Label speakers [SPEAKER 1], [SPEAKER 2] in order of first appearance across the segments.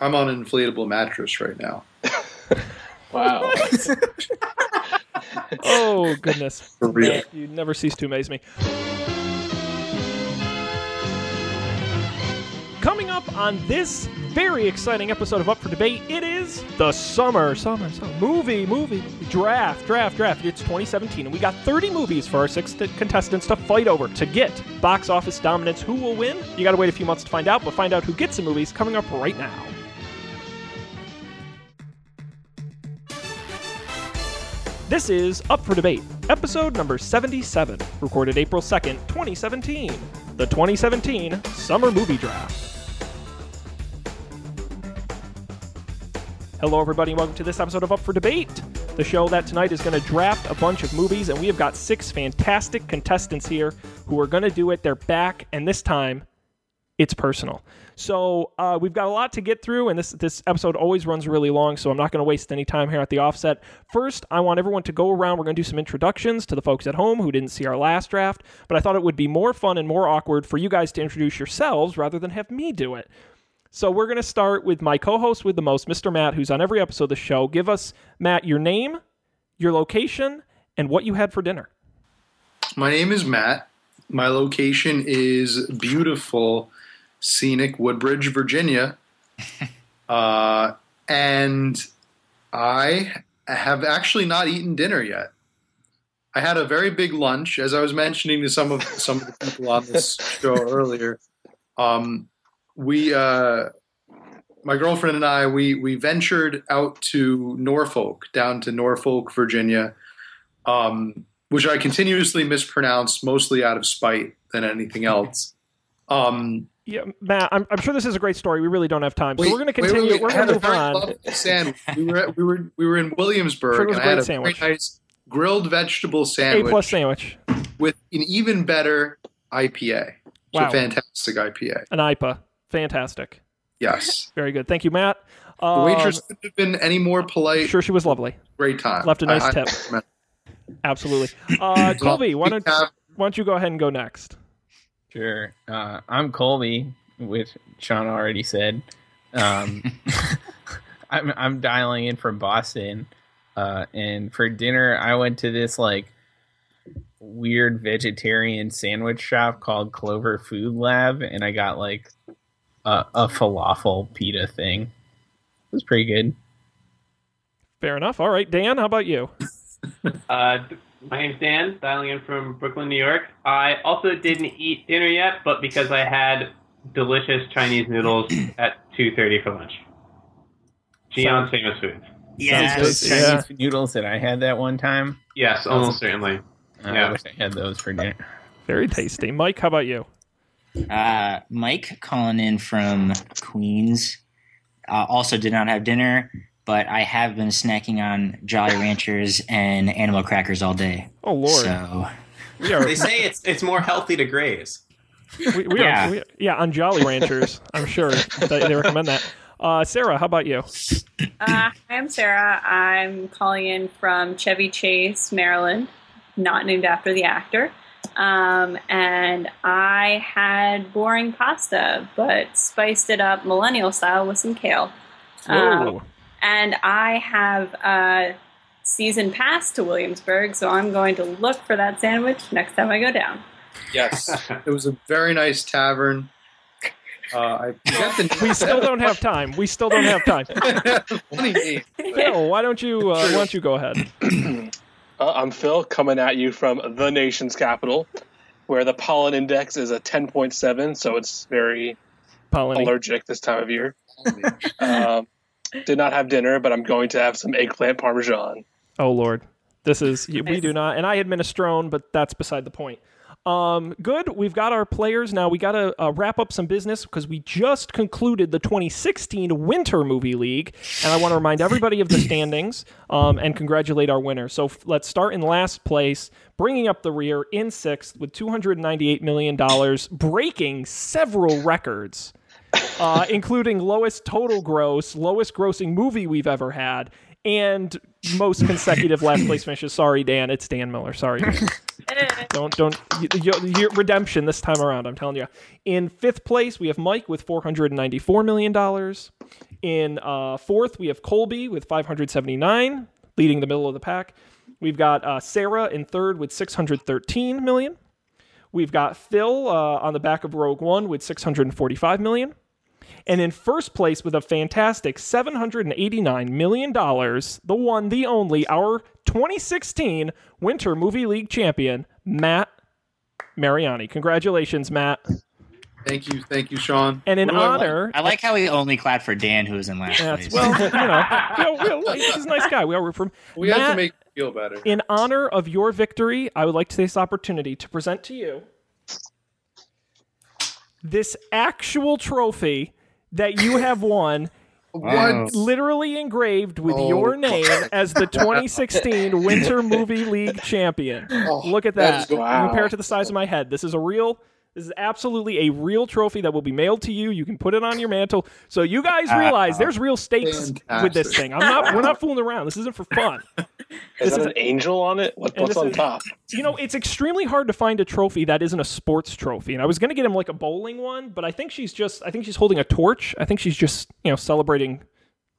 [SPEAKER 1] I'm on an inflatable mattress right now.
[SPEAKER 2] Wow.
[SPEAKER 3] Oh goodness.
[SPEAKER 1] For real.
[SPEAKER 3] You never cease to amaze me. Coming up on this very exciting episode of Up for Debate, it is the summer, summer, summer movie, movie, movie, draft, draft, draft. It's 2017, and we got 30 movies for our six t- contestants to fight over to get box office dominance. Who will win? You got to wait a few months to find out, but find out who gets the movies coming up right now. This is Up for Debate, episode number 77, recorded April 2nd, 2017, the 2017 Summer Movie Draft. Hello, everybody, and welcome to this episode of Up for Debate, the show that tonight is going to draft a bunch of movies, and we have got six fantastic contestants here who are going to do it. They're back, and this time it's personal. So uh, we've got a lot to get through, and this this episode always runs really long, so I'm not going to waste any time here at the offset. First, I want everyone to go around. We're going to do some introductions to the folks at home who didn't see our last draft, but I thought it would be more fun and more awkward for you guys to introduce yourselves rather than have me do it. So we're going to start with my co-host with the most, Mr. Matt, who's on every episode of the show. Give us Matt your name, your location, and what you had for dinner.
[SPEAKER 1] My name is Matt. My location is beautiful, scenic Woodbridge, Virginia. Uh, and I have actually not eaten dinner yet. I had a very big lunch, as I was mentioning to some of some of the people on this show earlier. Um, we, uh, my girlfriend and I, we we ventured out to Norfolk, down to Norfolk, Virginia. Um, which I continuously mispronounce mostly out of spite than anything else. Um,
[SPEAKER 3] Yeah, Matt, I'm, I'm sure this is a great story. We really don't have time, so we're going to
[SPEAKER 1] wait, wait,
[SPEAKER 3] continue.
[SPEAKER 1] wait.
[SPEAKER 3] We're
[SPEAKER 1] I had
[SPEAKER 3] going to
[SPEAKER 1] a
[SPEAKER 3] move
[SPEAKER 1] very
[SPEAKER 3] on.
[SPEAKER 1] lovely sandwich. We were at- we were we were in Williamsburg,
[SPEAKER 3] Sure, it was
[SPEAKER 1] and
[SPEAKER 3] a
[SPEAKER 1] I had
[SPEAKER 3] great
[SPEAKER 1] a
[SPEAKER 3] sandwich.
[SPEAKER 1] very nice grilled vegetable
[SPEAKER 3] A
[SPEAKER 1] sandwich,
[SPEAKER 3] plus sandwich,
[SPEAKER 1] with an even better IPA. It's
[SPEAKER 3] Wow.
[SPEAKER 1] a fantastic IPA.
[SPEAKER 3] an IPA, fantastic,
[SPEAKER 1] Yes,
[SPEAKER 3] very good. Thank you, Matt.
[SPEAKER 1] the
[SPEAKER 3] Um,
[SPEAKER 1] waitress couldn't have been any more polite.
[SPEAKER 3] sure she was lovely.
[SPEAKER 1] Great time.
[SPEAKER 3] Left a nice
[SPEAKER 1] I- I
[SPEAKER 3] tip.
[SPEAKER 1] recommend it.
[SPEAKER 3] Absolutely. Uh,
[SPEAKER 1] Well,
[SPEAKER 3] Colby, why
[SPEAKER 1] we
[SPEAKER 3] don't
[SPEAKER 1] have-
[SPEAKER 3] why don't you go ahead and go next?
[SPEAKER 2] Sure. Uh, I'm Colby, which Sean already said. Um, I'm I'm dialing in from Boston, uh, and for dinner I went to this like weird vegetarian sandwich shop called Clover Food Lab, and I got like a, a falafel pita thing. It was pretty good.
[SPEAKER 3] Fair enough. All right, Dan, how about you?
[SPEAKER 4] Uh, my name's Dan, dialing in from Brooklyn, New York. I also didn't eat dinner yet, but because I had delicious Chinese noodles at 2.30 for lunch. Gian's famous foods.
[SPEAKER 2] Those
[SPEAKER 3] Sounds good.
[SPEAKER 2] Chinese noodles that I had that one time.
[SPEAKER 4] Yes, almost certainly.
[SPEAKER 2] Uh, I
[SPEAKER 4] Yeah.
[SPEAKER 2] wish I had those for dinner.
[SPEAKER 3] Very tasty. Mike, how about you?
[SPEAKER 5] Uh, Mike calling in from Queens. Uh, also, did not have dinner, but I have been snacking on Jolly Ranchers and animal crackers all day.
[SPEAKER 3] Oh Lord,
[SPEAKER 5] So,
[SPEAKER 3] we are
[SPEAKER 6] They say it's it's more healthy to graze.
[SPEAKER 3] we, we
[SPEAKER 5] Yeah.
[SPEAKER 3] are we, yeah on Jolly Ranchers. I'm sure they, they recommend that. Uh, Sarah, how about you?
[SPEAKER 7] Uh, hi, I'm Sarah. I'm calling in from Chevy Chase, Maryland, not named after the actor. Um, and I had boring pasta, but spiced it up millennial style with some kale. Um,
[SPEAKER 3] Whoa.
[SPEAKER 7] and I have a season pass to Williamsburg, so I'm going to look for that sandwich next time I go down.
[SPEAKER 1] Yes, it was a very nice tavern. Uh, I forget the name.
[SPEAKER 3] we still don't have time. We still don't have time.
[SPEAKER 1] Funny name.
[SPEAKER 3] Phil, why don't you uh, why don't you go ahead?
[SPEAKER 8] Uh, I'm Phil, coming at you from the nation's capital, where the pollen index is a 10.7, so it's very
[SPEAKER 3] Pollen.
[SPEAKER 8] allergic this time of year. Um, did not have dinner, but I'm going to have some eggplant parmesan.
[SPEAKER 3] Oh Lord, this is we do not. And I had minestrone, but that's beside the point. Um, good. We've got our players now. We got to uh, wrap up some business because we just concluded the 2016 Winter Movie League, and I want to remind everybody of the standings um, and congratulate our winner. So f- let's start in last place, bringing up the rear in sixth with 298 million dollars, breaking several records uh, including lowest total gross, lowest grossing movie we've ever had, and most consecutive last place finishes. Sorry, Dan, it's Dan Miller. Sorry, Dan. don't don't you, you, your redemption this time around. I'm telling you. In fifth place, we have Mike with 494 million dollars. In uh, fourth, we have Colby with 579, leading the middle of the pack. We've got uh, Sarah in third with 613 million. We've got Phil uh, on the back of Rogue One with 645 million. And in first place with a fantastic $789 million, the one, the only, our 2016 Winter Movie League champion, Matt Mariani. Congratulations, Matt.
[SPEAKER 1] Thank you, thank you, Sean.
[SPEAKER 3] And in
[SPEAKER 1] What do I like?
[SPEAKER 3] honor.
[SPEAKER 5] I like how we only clapped for Dan, who was in last
[SPEAKER 3] Yeah,
[SPEAKER 5] place.
[SPEAKER 3] it's- well, you know, you know, we all like- he's a nice guy. We all root for him.
[SPEAKER 1] We
[SPEAKER 3] Matt,
[SPEAKER 1] have to make you feel better.
[SPEAKER 3] in honor of your victory, I would like to take this opportunity to present to you this actual trophy that you have won,
[SPEAKER 1] What?
[SPEAKER 3] Oh. literally engraved with
[SPEAKER 1] Oh,
[SPEAKER 3] your name as the 2016 Winter Movie League champion.
[SPEAKER 1] Oh,
[SPEAKER 3] Look at
[SPEAKER 1] that is
[SPEAKER 3] that.
[SPEAKER 1] good.
[SPEAKER 8] Wow.
[SPEAKER 3] Compare it to the size of my head. This is a real. This is absolutely a real trophy that will be mailed to you. You can put it on your mantle. So you guys realize there's real stakes with this
[SPEAKER 1] Ah, Fantastic.
[SPEAKER 3] thing. I'm not. We're not fooling around. This isn't for fun.
[SPEAKER 8] Is that an angel on it? What,
[SPEAKER 3] And
[SPEAKER 8] what's
[SPEAKER 3] this
[SPEAKER 8] on
[SPEAKER 3] is-
[SPEAKER 8] top?
[SPEAKER 3] You know, it's extremely hard to find a trophy that isn't a sports trophy. And I was going to get him like a bowling one, but I think she's just. I think she's holding a torch. I think she's just you know celebrating.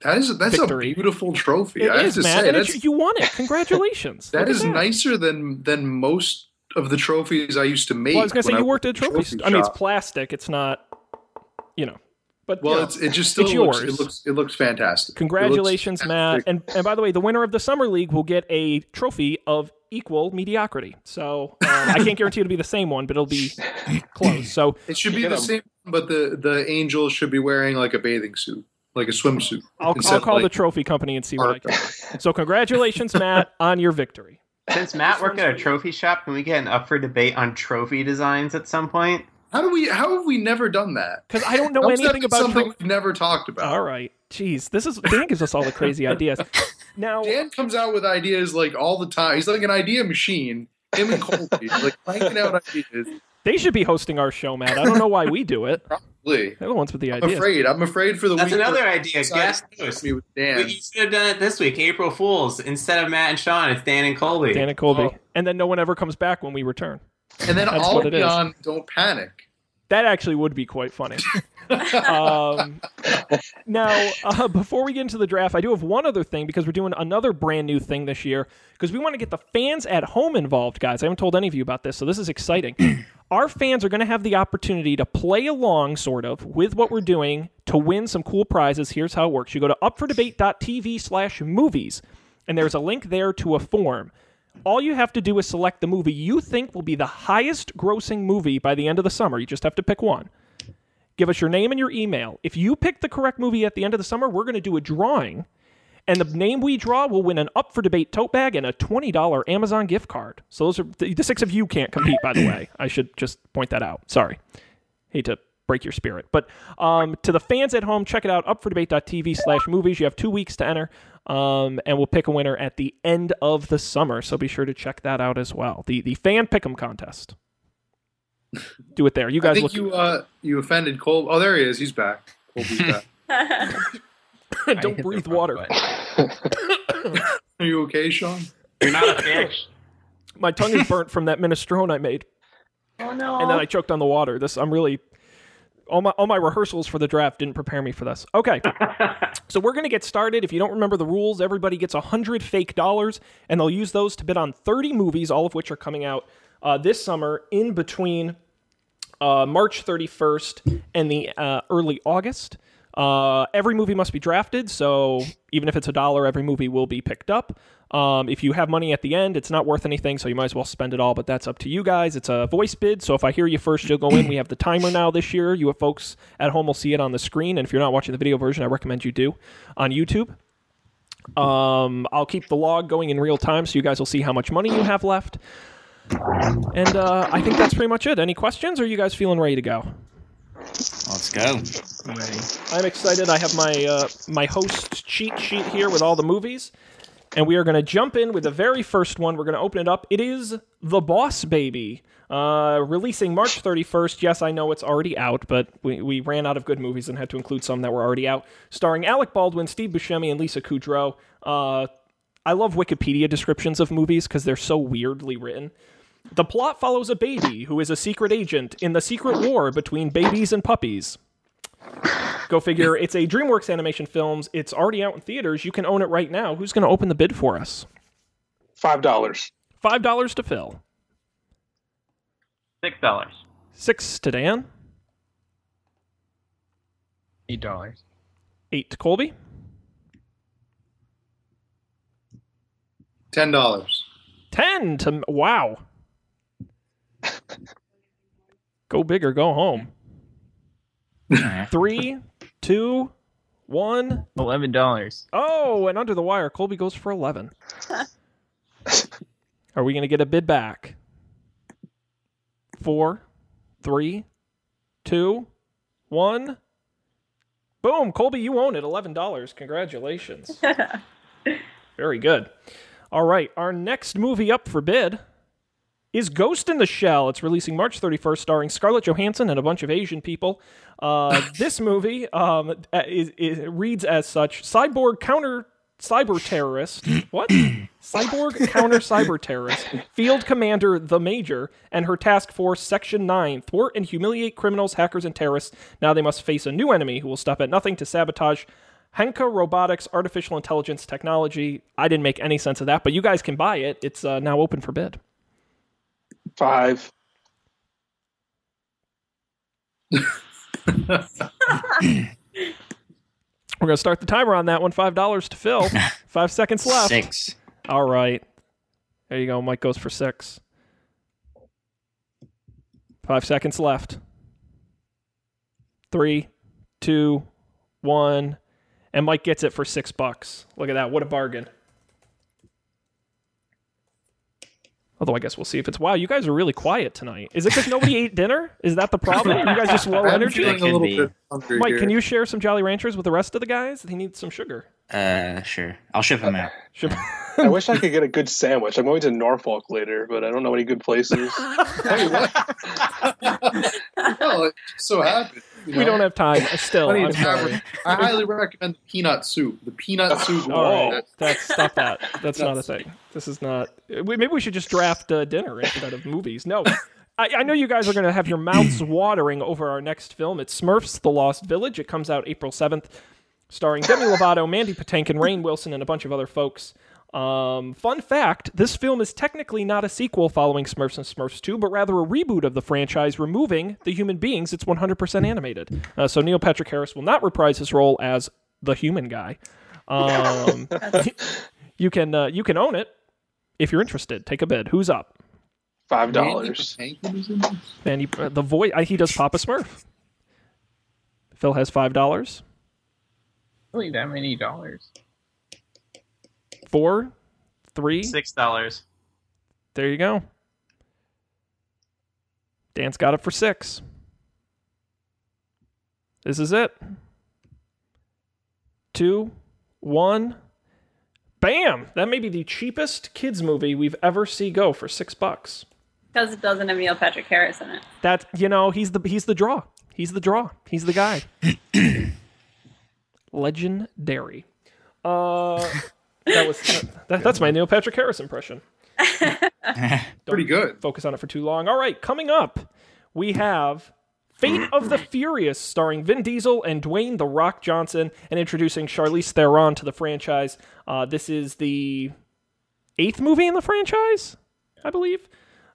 [SPEAKER 1] That is that's
[SPEAKER 3] Victory.
[SPEAKER 1] a beautiful trophy.
[SPEAKER 3] It
[SPEAKER 1] I have
[SPEAKER 3] is,
[SPEAKER 1] to
[SPEAKER 3] man.
[SPEAKER 1] say
[SPEAKER 3] and
[SPEAKER 1] that's
[SPEAKER 3] it's, you won it. Congratulations. Look
[SPEAKER 1] that
[SPEAKER 3] at
[SPEAKER 1] is nicer than than most of the trophies I used to make.
[SPEAKER 3] Well, I was going to say
[SPEAKER 1] when
[SPEAKER 3] you worked at a trophy.
[SPEAKER 1] trophy
[SPEAKER 3] st- I mean, it's
[SPEAKER 1] shop.
[SPEAKER 3] plastic. It's not. You know, but
[SPEAKER 1] Well,
[SPEAKER 3] you know.
[SPEAKER 1] it's it just still
[SPEAKER 3] It's
[SPEAKER 1] looks
[SPEAKER 3] yours.
[SPEAKER 1] it looks it looks fantastic. It looks
[SPEAKER 3] Congratulations, Matt.
[SPEAKER 1] fantastic.
[SPEAKER 3] And and by the way, the winner of the summer league will get a trophy of equal mediocrity. So um, I can't guarantee it'll be the same one, but it'll be close. So
[SPEAKER 1] It should be
[SPEAKER 8] Get
[SPEAKER 1] the
[SPEAKER 8] 'em.
[SPEAKER 1] same, but the the angel should be wearing like a bathing suit, like a swimsuit.
[SPEAKER 3] I'll,
[SPEAKER 1] instead
[SPEAKER 3] I'll
[SPEAKER 1] of,
[SPEAKER 3] call the
[SPEAKER 1] like,
[SPEAKER 3] trophy company and see what I
[SPEAKER 1] art.
[SPEAKER 3] can. do. So congratulations, Matt, on your victory.
[SPEAKER 4] Since Matt worked at a trophy shop, can we get an up for debate on trophy designs at some point?
[SPEAKER 1] How do we? How have we never done that?
[SPEAKER 3] Because I don't know
[SPEAKER 1] How's that
[SPEAKER 3] anything
[SPEAKER 1] been
[SPEAKER 3] about
[SPEAKER 1] something
[SPEAKER 3] tro-
[SPEAKER 1] we've never talked about.
[SPEAKER 3] All right, jeez, this is Dan gives us all the crazy ideas. Now,
[SPEAKER 1] Dan comes out with ideas like all the time. He's like an idea machine. Him and Colby, like cranking out ideas.
[SPEAKER 3] they should be hosting our show, Matt. I don't know why we do it.
[SPEAKER 1] Probably.
[SPEAKER 3] They're the ones with the
[SPEAKER 1] I'm
[SPEAKER 3] ideas.
[SPEAKER 1] afraid. I'm afraid for the
[SPEAKER 4] That's
[SPEAKER 1] week.
[SPEAKER 4] another idea. Guest host.
[SPEAKER 1] me with
[SPEAKER 4] You
[SPEAKER 1] Dan.
[SPEAKER 4] should have done it this week, April Fools. Instead of Matt and Sean, it's Dan and Colby.
[SPEAKER 3] Dan and Colby,
[SPEAKER 1] Oh.
[SPEAKER 3] and then no one ever comes back when we return.
[SPEAKER 1] And then
[SPEAKER 3] That's
[SPEAKER 1] all
[SPEAKER 3] what it is.
[SPEAKER 1] beyond, don't panic.
[SPEAKER 3] That actually would be quite funny. um, now, uh, before we get into the draft, I do have one other thing because we're doing another brand new thing this year because we want to get the fans at home involved, guys. I haven't told any of you about this, so this is exciting. Our fans are going to have the opportunity to play along, sort of, with what we're doing to win some cool prizes. Here's how it works you go to upfordebate.tv slash movies, and there's a link there to a form. All you have to do is select the movie you think will be the highest grossing movie by the end of the summer. You just have to pick one. Give us your name and your email. If you pick the correct movie at the end of the summer, we're going to do a drawing, and the name we draw will win an up for debate tote bag and a twenty dollar Amazon gift card. So those are the, the six of you can't compete. By the way, I should just point that out. Sorry, hate to break your spirit, but um, to the fans at home, check it out upfordebate.tv/movies. You have two weeks to enter, um, and we'll pick a winner at the end of the summer. So be sure to check that out as well. The the fan pick'em contest. Do it there. You
[SPEAKER 1] I
[SPEAKER 3] guys
[SPEAKER 1] think
[SPEAKER 3] look.
[SPEAKER 1] you uh, you offended Colby. Oh, there he is. He's back. Colby's back.
[SPEAKER 2] I hit
[SPEAKER 3] don't
[SPEAKER 2] the
[SPEAKER 3] breathe
[SPEAKER 2] wrong
[SPEAKER 3] water.
[SPEAKER 2] button.
[SPEAKER 1] Are you okay, Sean?
[SPEAKER 4] You're not a fish.
[SPEAKER 3] My tongue is burnt from that minestrone I made,
[SPEAKER 7] oh no.
[SPEAKER 3] and then I choked on the water. This I'm really all my all my rehearsals for the draft didn't prepare me for this. Okay, so we're gonna get started. If you don't remember the rules, everybody gets hundred fake dollars, and they'll use those to bid on thirty movies, all of which are coming out uh, this summer in between uh, March 31st and the uh, early August. Uh, every movie must be drafted, so even if it's a dollar, every movie will be picked up. Um, if you have money at the end, it's not worth anything, so you might as well spend it all, but that's up to you guys. It's a voice bid, so if I hear you first, you'll go in. We have the timer now this year. You folks at home will see it on the screen, and if you're not watching the video version, I recommend you do on YouTube. Um, I'll keep the log going in real time so you guys will see how much money you have left. And uh, I think that's pretty much it. Any questions? Or are you guys feeling ready to go?
[SPEAKER 5] Let's go.
[SPEAKER 3] I'm excited. I have my uh, my host cheat sheet here with all the movies, and we are going to jump in with the very first one. We're going to open it up. It is The Boss Baby, uh, releasing March 31st. Yes, I know it's already out, but we, we ran out of good movies and had to include some that were already out. Starring Alec Baldwin, Steve Buscemi, and Lisa Kudrow. Uh, I love Wikipedia descriptions of movies because they're so weirdly written. The plot follows a baby who is a secret agent in the secret war between babies and puppies. Go figure. It's a DreamWorks Animation Films. It's already out in theaters. You can own it right now. Who's going to open the bid for us?
[SPEAKER 8] Five dollars.
[SPEAKER 3] Five dollars to Phil.
[SPEAKER 4] Six dollars.
[SPEAKER 3] Six to Dan.
[SPEAKER 2] Eight dollars.
[SPEAKER 3] Eight to Colby.
[SPEAKER 1] Ten dollars.
[SPEAKER 3] Ten to wow. go big or go home. Three, two, one.
[SPEAKER 2] Eleven dollars.
[SPEAKER 3] Oh, and under the wire, Colby goes for eleven. Are we going to get a bid back? Four, three, two, one. Boom, Colby, you own it. Eleven dollars. Congratulations. Very good. All right, our next movie up for bid is Ghost in the Shell. It's releasing March 31st, starring Scarlett Johansson and a bunch of Asian people. Uh, this movie um, is, is, reads as such: cyborg counter cyber terrorist. What? cyborg counter cyber terrorist. Field commander the Major and her task force Section Nine thwart and humiliate criminals, hackers, and terrorists. Now they must face a new enemy who will stop at nothing to sabotage. Henka Robotics Artificial Intelligence Technology. I didn't make any sense of that, but you guys can buy it. It's uh, now open for bid.
[SPEAKER 8] Five.
[SPEAKER 3] We're going to start the timer on that one. Five dollars to Phil. Five seconds left.
[SPEAKER 5] Six.
[SPEAKER 3] All right. There you go. Mike goes for six. Five seconds left. Three, two, one. And Mike gets it for six bucks. Look at that. What a bargain. Although I guess we'll see if it's wow. You guys are really quiet tonight. Is it because nobody ate dinner? Is that the problem? You guys just low
[SPEAKER 1] I'm
[SPEAKER 3] Oh, energy.
[SPEAKER 1] feeling a little
[SPEAKER 5] Could be.
[SPEAKER 1] bit hungry
[SPEAKER 3] Mike,
[SPEAKER 1] here.
[SPEAKER 3] can you share some Jolly Ranchers with the rest of the guys? They need some sugar.
[SPEAKER 5] Uh, sure. I'll ship them out.
[SPEAKER 3] Should-
[SPEAKER 8] I wish I could get a good sandwich. I'm going to Norfolk later, but I don't know any good places.
[SPEAKER 1] well, it just so happened. you
[SPEAKER 3] we
[SPEAKER 1] know.
[SPEAKER 3] don't have time uh, still.
[SPEAKER 1] Plenty
[SPEAKER 3] I'm
[SPEAKER 1] of time.
[SPEAKER 3] sorry.
[SPEAKER 1] I highly recommend the peanut soup. The peanut soup.
[SPEAKER 3] All right,
[SPEAKER 1] That's-
[SPEAKER 3] that's stop that. That's not a thing. This is not. we- Maybe we should just draft uh, dinner instead of movies. No, I, I know you guys are going to have your mouths watering over our next film. It's Smurfs: The Lost Village. It comes out April seventh, starring Demi Lovato, Mandy Patinkin, Rain Wilson, and a bunch of other folks. Um, fun fact: This film is technically not a sequel following Smurfs and Smurfs Two, but rather a reboot of the franchise, removing the human beings. It's 100% animated. Uh, so Neil Patrick Harris will not reprise his role as the human guy. Um, you can uh, you can own it if you're interested. Take a bid. Who's up?
[SPEAKER 8] Five
[SPEAKER 1] Mandy
[SPEAKER 8] dollars.
[SPEAKER 1] Patinkin is in this?
[SPEAKER 3] And he, uh, the voice uh, he does Papa Smurf. Phil has five dollars.
[SPEAKER 2] Really, that many dollars?
[SPEAKER 3] Four, three.
[SPEAKER 4] Six dollars.
[SPEAKER 3] There you go. Dan's got it for six. This is it. Two, one, bam! That may be the cheapest kids movie we've ever see go for six bucks.
[SPEAKER 7] Because it doesn't have Neil Patrick Harris in it.
[SPEAKER 3] That you know, he's the he's the draw. He's the draw. He's the guy. Legendary. Uh, that was uh, that, that's my Neil Patrick Harris impression.
[SPEAKER 1] Pretty good.
[SPEAKER 3] Focus on it for too long. All right, coming up, we have Fate of the Furious, starring Vin Diesel and Dwayne the Rock Johnson, and introducing Charlize Theron to the franchise. Uh, this is the eighth movie in the franchise, I believe.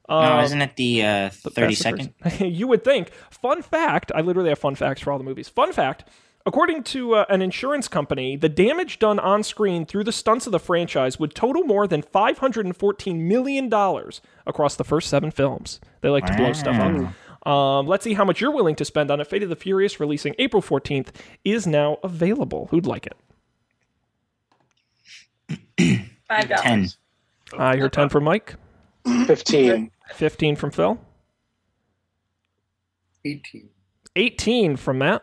[SPEAKER 5] no,
[SPEAKER 3] Um,
[SPEAKER 5] isn't it the uh, thirty
[SPEAKER 3] That's the
[SPEAKER 5] second?
[SPEAKER 3] first- you would think. Fun fact I literally have fun facts for all the movies. Fun fact according to uh, an insurance company, the damage done on screen through the stunts of the franchise would total more than $514 million across the first seven films. They like to blow stuff up. Um, let's see how much you're willing to spend on it. Fate of the Furious, releasing April 14th, is now available. Who'd like it?
[SPEAKER 7] Five dollars.
[SPEAKER 5] Ten.
[SPEAKER 3] I hear 10 from Mike,
[SPEAKER 8] Fifteen.
[SPEAKER 3] 15 from Phil,
[SPEAKER 1] 18.
[SPEAKER 3] 18 from Matt,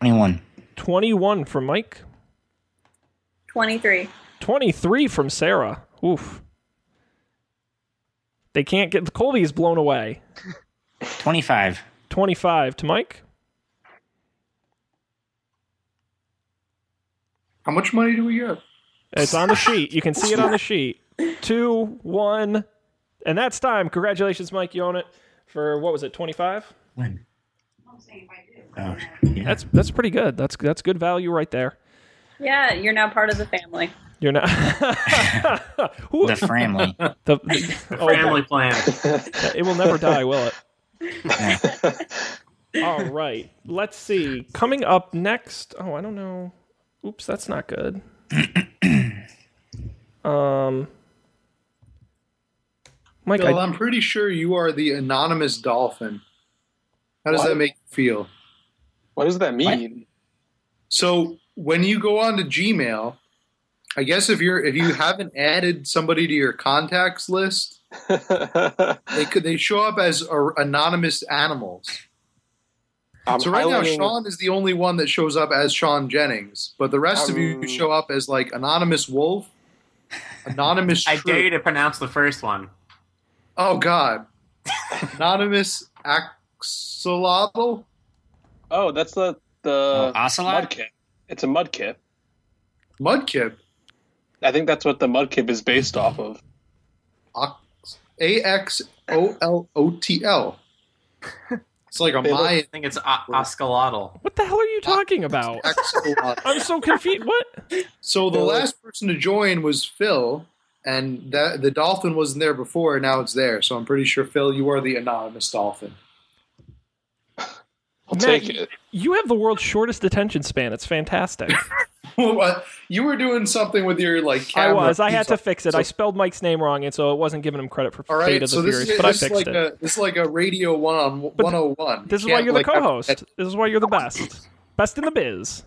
[SPEAKER 5] Twenty one.
[SPEAKER 3] 21 from Mike,
[SPEAKER 7] Twenty-three.
[SPEAKER 3] 23 from Sarah. Oof. They can't get Colby is blown away.
[SPEAKER 5] Twenty five.
[SPEAKER 3] 25 to Mike.
[SPEAKER 1] How much money do we get?
[SPEAKER 3] It's on the sheet. You can see it on the sheet. Two, one, and that's time. Congratulations, Mike. You own it for what was it, 25?
[SPEAKER 5] One. Oh, yeah.
[SPEAKER 3] That's that's pretty good. That's that's good value right there.
[SPEAKER 7] Yeah, you're now part of the family.
[SPEAKER 3] You're not Who-
[SPEAKER 5] The family.
[SPEAKER 3] the- the- oh,
[SPEAKER 4] Family plan.
[SPEAKER 3] it will never die, will it? All right. Let's see. Coming up next. Oh, I don't know. Oops, that's not good. Um, Mike,
[SPEAKER 1] Bill,
[SPEAKER 3] I,
[SPEAKER 1] I'm pretty sure you are the anonymous dolphin. How does
[SPEAKER 8] What?
[SPEAKER 1] that make you feel?
[SPEAKER 8] What does that mean?
[SPEAKER 1] So when you go on to Gmail, I guess if you're if you haven't added somebody to your contacts list, they could they show up as a, anonymous animals.
[SPEAKER 8] I'm
[SPEAKER 1] so right now,
[SPEAKER 8] highlighting-
[SPEAKER 1] Sean is the only one that shows up as Sean Jennings, but the rest of you
[SPEAKER 8] Um,
[SPEAKER 1] show up as like anonymous wolf, anonymous.
[SPEAKER 6] I
[SPEAKER 1] Shrew.
[SPEAKER 6] dare you to pronounce the first one.
[SPEAKER 1] Oh God, anonymous axolotl.
[SPEAKER 8] Oh, that's the the
[SPEAKER 5] Oh, ocelot?
[SPEAKER 8] mudkip. It's a mudkip.
[SPEAKER 1] Mudkip.
[SPEAKER 8] I think that's what the mudkip is based off of.
[SPEAKER 1] Ox- A X O L O T L. It's like a
[SPEAKER 8] They look-
[SPEAKER 1] Mayan
[SPEAKER 6] I think it's o- Oscalotl.
[SPEAKER 3] what the hell are you talking about?
[SPEAKER 1] axolotl.
[SPEAKER 3] I'm so confused. What?
[SPEAKER 1] So the
[SPEAKER 8] They're like-
[SPEAKER 1] last person to join was Phil, and that the dolphin wasn't there before. Now it's there. So I'm pretty sure Phil, you are the anonymous dolphin.
[SPEAKER 8] I'll
[SPEAKER 3] Matt,
[SPEAKER 8] take it.
[SPEAKER 3] You have the world's shortest attention span. It's fantastic.
[SPEAKER 1] What? you were doing something with your like
[SPEAKER 3] I
[SPEAKER 1] camera.
[SPEAKER 3] was. I had to
[SPEAKER 1] So-
[SPEAKER 3] fix it. I spelled Mike's name wrong, and so it wasn't giving him credit for
[SPEAKER 1] All
[SPEAKER 3] Fate
[SPEAKER 1] right.
[SPEAKER 3] of
[SPEAKER 1] So
[SPEAKER 3] the
[SPEAKER 1] this
[SPEAKER 3] Furious.
[SPEAKER 1] is,
[SPEAKER 3] but I
[SPEAKER 1] this is like
[SPEAKER 3] fixed it.
[SPEAKER 1] a this is like a radio one on
[SPEAKER 3] But
[SPEAKER 1] 101.
[SPEAKER 3] this is
[SPEAKER 1] You
[SPEAKER 3] why
[SPEAKER 1] can't,
[SPEAKER 3] you're the
[SPEAKER 1] like,
[SPEAKER 3] co-host.
[SPEAKER 1] have-
[SPEAKER 3] This is why you're the best. Best in the biz.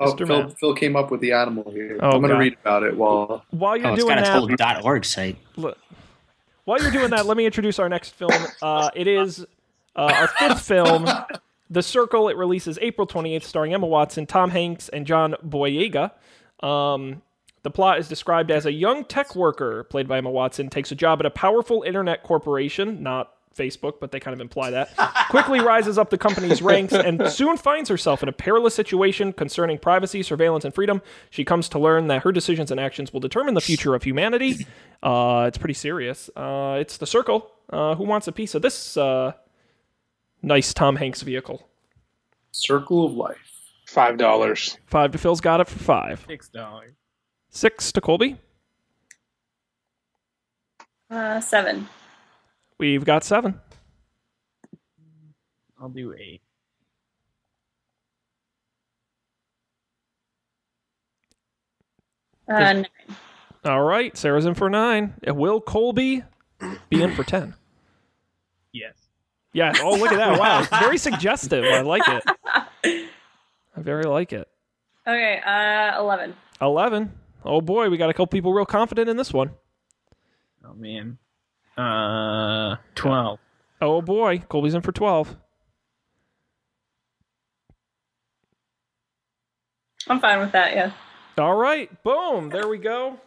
[SPEAKER 1] Oh,
[SPEAKER 3] Mr.
[SPEAKER 1] Phil,
[SPEAKER 3] Matt.
[SPEAKER 1] Phil came up with the animal here.
[SPEAKER 3] Oh,
[SPEAKER 1] I'm going
[SPEAKER 3] God.
[SPEAKER 1] to read about it while
[SPEAKER 3] While you're
[SPEAKER 5] Oh, it's
[SPEAKER 3] doing
[SPEAKER 5] got its
[SPEAKER 3] that,
[SPEAKER 5] whole dot .org site.
[SPEAKER 3] While you're doing that, let me introduce our next film. Uh, it is uh, our fifth film, The Circle. It releases April 28th, starring Emma Watson, Tom Hanks, and John Boyega. Um, the plot is described as a young tech worker, played by Emma Watson, takes a job at a powerful internet corporation, not Facebook, but they kind of imply that, quickly rises up the company's ranks and soon finds herself in a perilous situation concerning privacy, surveillance, and freedom. She comes to learn that her decisions and actions will determine the future of humanity. Uh, it's pretty serious. Uh, it's the circle. Uh, who wants a piece of this uh, nice Tom Hanks vehicle?
[SPEAKER 1] Circle of Life.
[SPEAKER 8] Five dollars.
[SPEAKER 3] Five to Phil's got it for five.
[SPEAKER 2] Six dollars.
[SPEAKER 3] Six to Colby.
[SPEAKER 7] Uh, seven.
[SPEAKER 3] We've got seven.
[SPEAKER 2] I'll do eight.
[SPEAKER 7] Uh, n-
[SPEAKER 3] All right. Sarah's in for nine. Uh, Will Colby be in for 10?
[SPEAKER 2] Yes.
[SPEAKER 3] Yeah. Oh, look at that. Wow. Very suggestive. I like it. I very like it.
[SPEAKER 7] okay, uh, 11.
[SPEAKER 3] 11. Oh, boy. We got a couple people real confident in this one.
[SPEAKER 2] Oh man. Uh, twelve.
[SPEAKER 3] Oh, boy. Colby's in for 12.
[SPEAKER 7] I'm fine with that, yeah.
[SPEAKER 3] All right. Boom. There we go.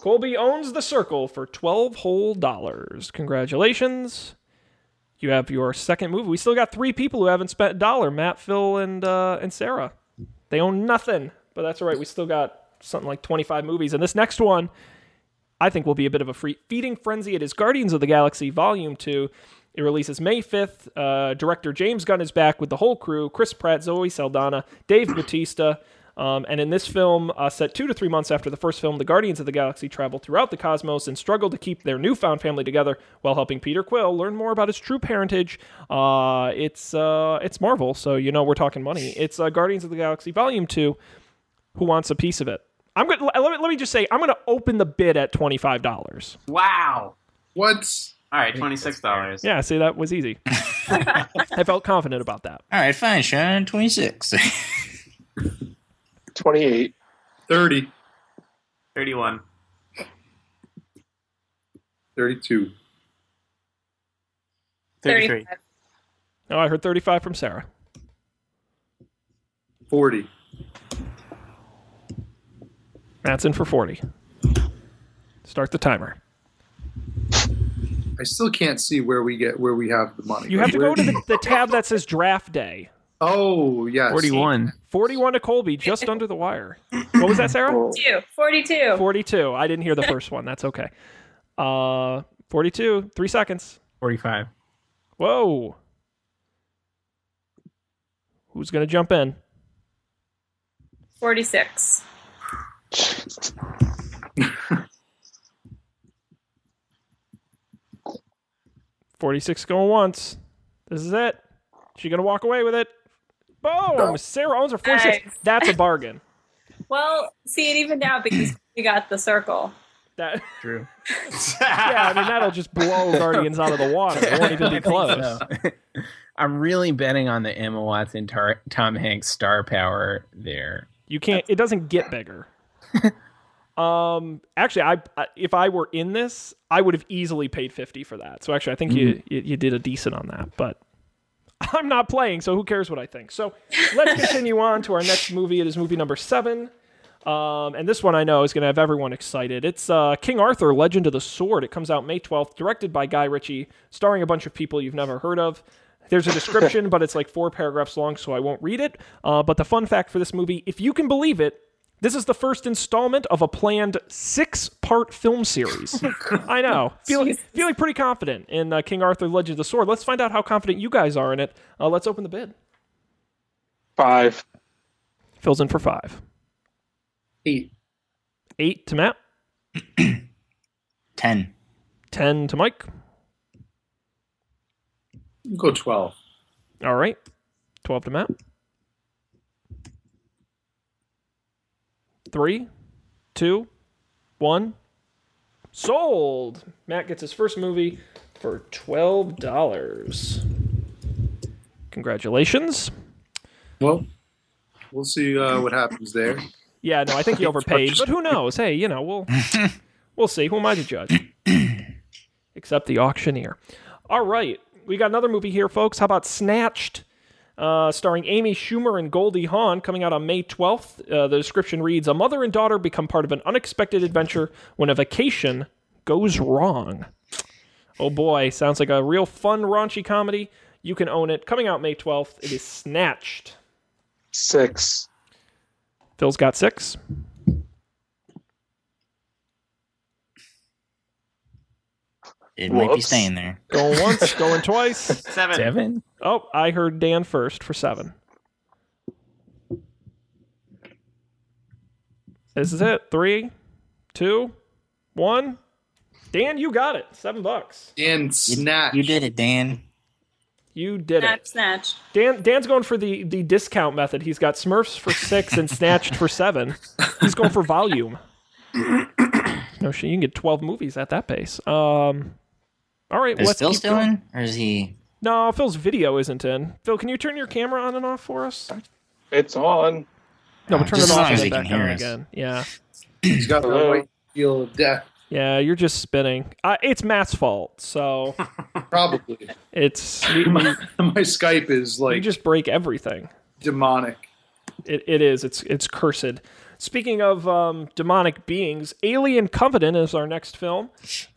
[SPEAKER 3] Colby owns the circle for 12 whole dollars. Congratulations. You have your second movie. We still got three people who haven't spent a dollar Matt, Phil, and, uh, and Sarah. They own nothing, but that's all right. We still got something like 25 movies. And this next one, I think, will be a bit of a free feeding frenzy. It is Guardians of the Galaxy Volume 2. It releases May 5th. Uh, director James Gunn is back with the whole crew Chris Pratt, Zoe Saldana, Dave Bautista. Um, and in this film, uh, set two to three months after the first film, the Guardians of the Galaxy travel throughout the cosmos and struggle to keep their newfound family together while helping Peter Quill learn more about his true parentage. Uh, it's uh, it's Marvel, so you know we're talking money. It's uh, Guardians of the Galaxy Volume Two. Who wants a piece of it? I'm gonna let me, let me just say I'm gonna open the bid at twenty five dollars.
[SPEAKER 6] Wow.
[SPEAKER 1] What?
[SPEAKER 6] All right, twenty-six dollars.
[SPEAKER 3] Yeah, see that was easy. I felt confident about that.
[SPEAKER 5] All right, fine, Sean. 26.
[SPEAKER 8] Twenty-eight.
[SPEAKER 1] 30.
[SPEAKER 6] Thirty-one.
[SPEAKER 1] 32.
[SPEAKER 6] Thirty-three.
[SPEAKER 7] 35.
[SPEAKER 3] Oh, I heard thirty five from Sarah.
[SPEAKER 1] 40.
[SPEAKER 3] Matt's in for forty. Start the timer.
[SPEAKER 1] I still can't see where we get where we have the money.
[SPEAKER 3] You have to
[SPEAKER 1] Where-
[SPEAKER 3] go to the, the tab that says draft day.
[SPEAKER 1] Oh yes,
[SPEAKER 2] Forty-one.
[SPEAKER 3] 41 to Colby, just under the wire. What was that, Sarah?
[SPEAKER 7] Two. 42.
[SPEAKER 3] 42. I didn't hear the first one. That's okay. Uh, 42, three seconds.
[SPEAKER 2] Forty-five.
[SPEAKER 3] Whoa. Who's going to jump in?
[SPEAKER 7] 46.
[SPEAKER 3] Forty-six going once. This is it. She going to walk away with it. Boom! Sarah owns her forty-six.
[SPEAKER 7] Nice.
[SPEAKER 3] That's a bargain.
[SPEAKER 7] Well, see it even now because you got the circle.
[SPEAKER 3] That
[SPEAKER 2] True.
[SPEAKER 3] yeah, I mean that'll just blow Guardians out of the water. It won't even
[SPEAKER 2] I
[SPEAKER 3] be
[SPEAKER 2] think
[SPEAKER 3] close.
[SPEAKER 2] so. I'm really betting on the Emma Watson, tar- Tom Hanks star power there.
[SPEAKER 3] You can't. It doesn't get bigger. um. Actually, I, I if I were in this, I would have easily paid fifty for that. So actually, I think you, you you did a decent on that. But I'm not playing, so who cares what I think? So let's continue on to our next movie. It is movie number seven. Um, and this one I know is going to have everyone excited. It's uh, King Arthur: Legend of the Sword. It comes out May 12th, directed by Guy Ritchie, starring a bunch of people you've never heard of. There's a description, but it's like four paragraphs long, so I won't read it. Uh, but the fun fact for this movie, if you can believe it, this is the first installment of a planned six-part film series. I know, feeling feeling pretty confident in uh, King Arthur: Legend of the Sword. Let's find out how confident you guys are in it. Uh, let's open the bid.
[SPEAKER 8] Five.
[SPEAKER 3] Fills in for five,
[SPEAKER 1] Eight.
[SPEAKER 3] eight to Matt,
[SPEAKER 5] 10.
[SPEAKER 3] ten to Mike.
[SPEAKER 1] Go 12.
[SPEAKER 3] All right. 12 to Matt. Three, two, one. Sold. Matt gets his first movie for $12. Congratulations.
[SPEAKER 1] Well, we'll see uh, what happens there.
[SPEAKER 3] Yeah, no, I think he overpaid, but who knows? Hey, you know, we'll we'll see. Who am I to judge? Except the auctioneer. All right, we got another movie here, folks. How about Snatched? Uh, starring Amy Schumer and Goldie Hawn, coming out on May 12th. Uh, the description reads A mother and daughter become part of an unexpected adventure when a vacation goes wrong. Oh boy, sounds like a real fun, raunchy comedy. You can own it. Coming out May 12th, it is Snatched.
[SPEAKER 8] Six.
[SPEAKER 3] Phil's got six.
[SPEAKER 5] It might be
[SPEAKER 8] Whoops.
[SPEAKER 5] staying there.
[SPEAKER 3] Going once, going twice.
[SPEAKER 6] Seven.
[SPEAKER 2] Seven?
[SPEAKER 3] Oh, I heard Dan first for seven. This is it. Three, two, one. Dan, you got it. Seven bucks.
[SPEAKER 1] And
[SPEAKER 3] Ah,
[SPEAKER 1] snatch.
[SPEAKER 5] You did it, Dan.
[SPEAKER 3] You did it.
[SPEAKER 7] Snatch, snatch.
[SPEAKER 3] Dan Dan's going for the, the discount method. He's got Smurfs for six and Snatched for seven. He's going for volume. No shit, you can get twelve movies at that pace. Um, all right,
[SPEAKER 5] Is
[SPEAKER 3] let's
[SPEAKER 5] Phil
[SPEAKER 3] keep
[SPEAKER 5] still
[SPEAKER 3] going.
[SPEAKER 5] in? Or is he?
[SPEAKER 3] No, Phil's video isn't in. Phil, can you turn your camera on and off for us?
[SPEAKER 8] It's on.
[SPEAKER 3] No,
[SPEAKER 5] Uh,
[SPEAKER 3] but turn
[SPEAKER 5] just
[SPEAKER 3] it
[SPEAKER 5] as
[SPEAKER 3] off
[SPEAKER 5] long
[SPEAKER 3] and
[SPEAKER 5] as
[SPEAKER 3] then
[SPEAKER 5] he can
[SPEAKER 3] back
[SPEAKER 5] hear
[SPEAKER 3] on
[SPEAKER 5] us.
[SPEAKER 3] again. Yeah,
[SPEAKER 1] He's got the
[SPEAKER 8] Hello.
[SPEAKER 1] white feel of death.
[SPEAKER 3] yeah, you're just spinning. Uh, it's Matt's fault, so
[SPEAKER 1] Probably.
[SPEAKER 3] it's we,
[SPEAKER 1] my, my Skype is
[SPEAKER 3] we
[SPEAKER 1] like
[SPEAKER 3] just break everything.
[SPEAKER 1] demonic.
[SPEAKER 3] It, it is. It's it's cursed. Speaking of um, demonic beings, Alien Covenant is our next film,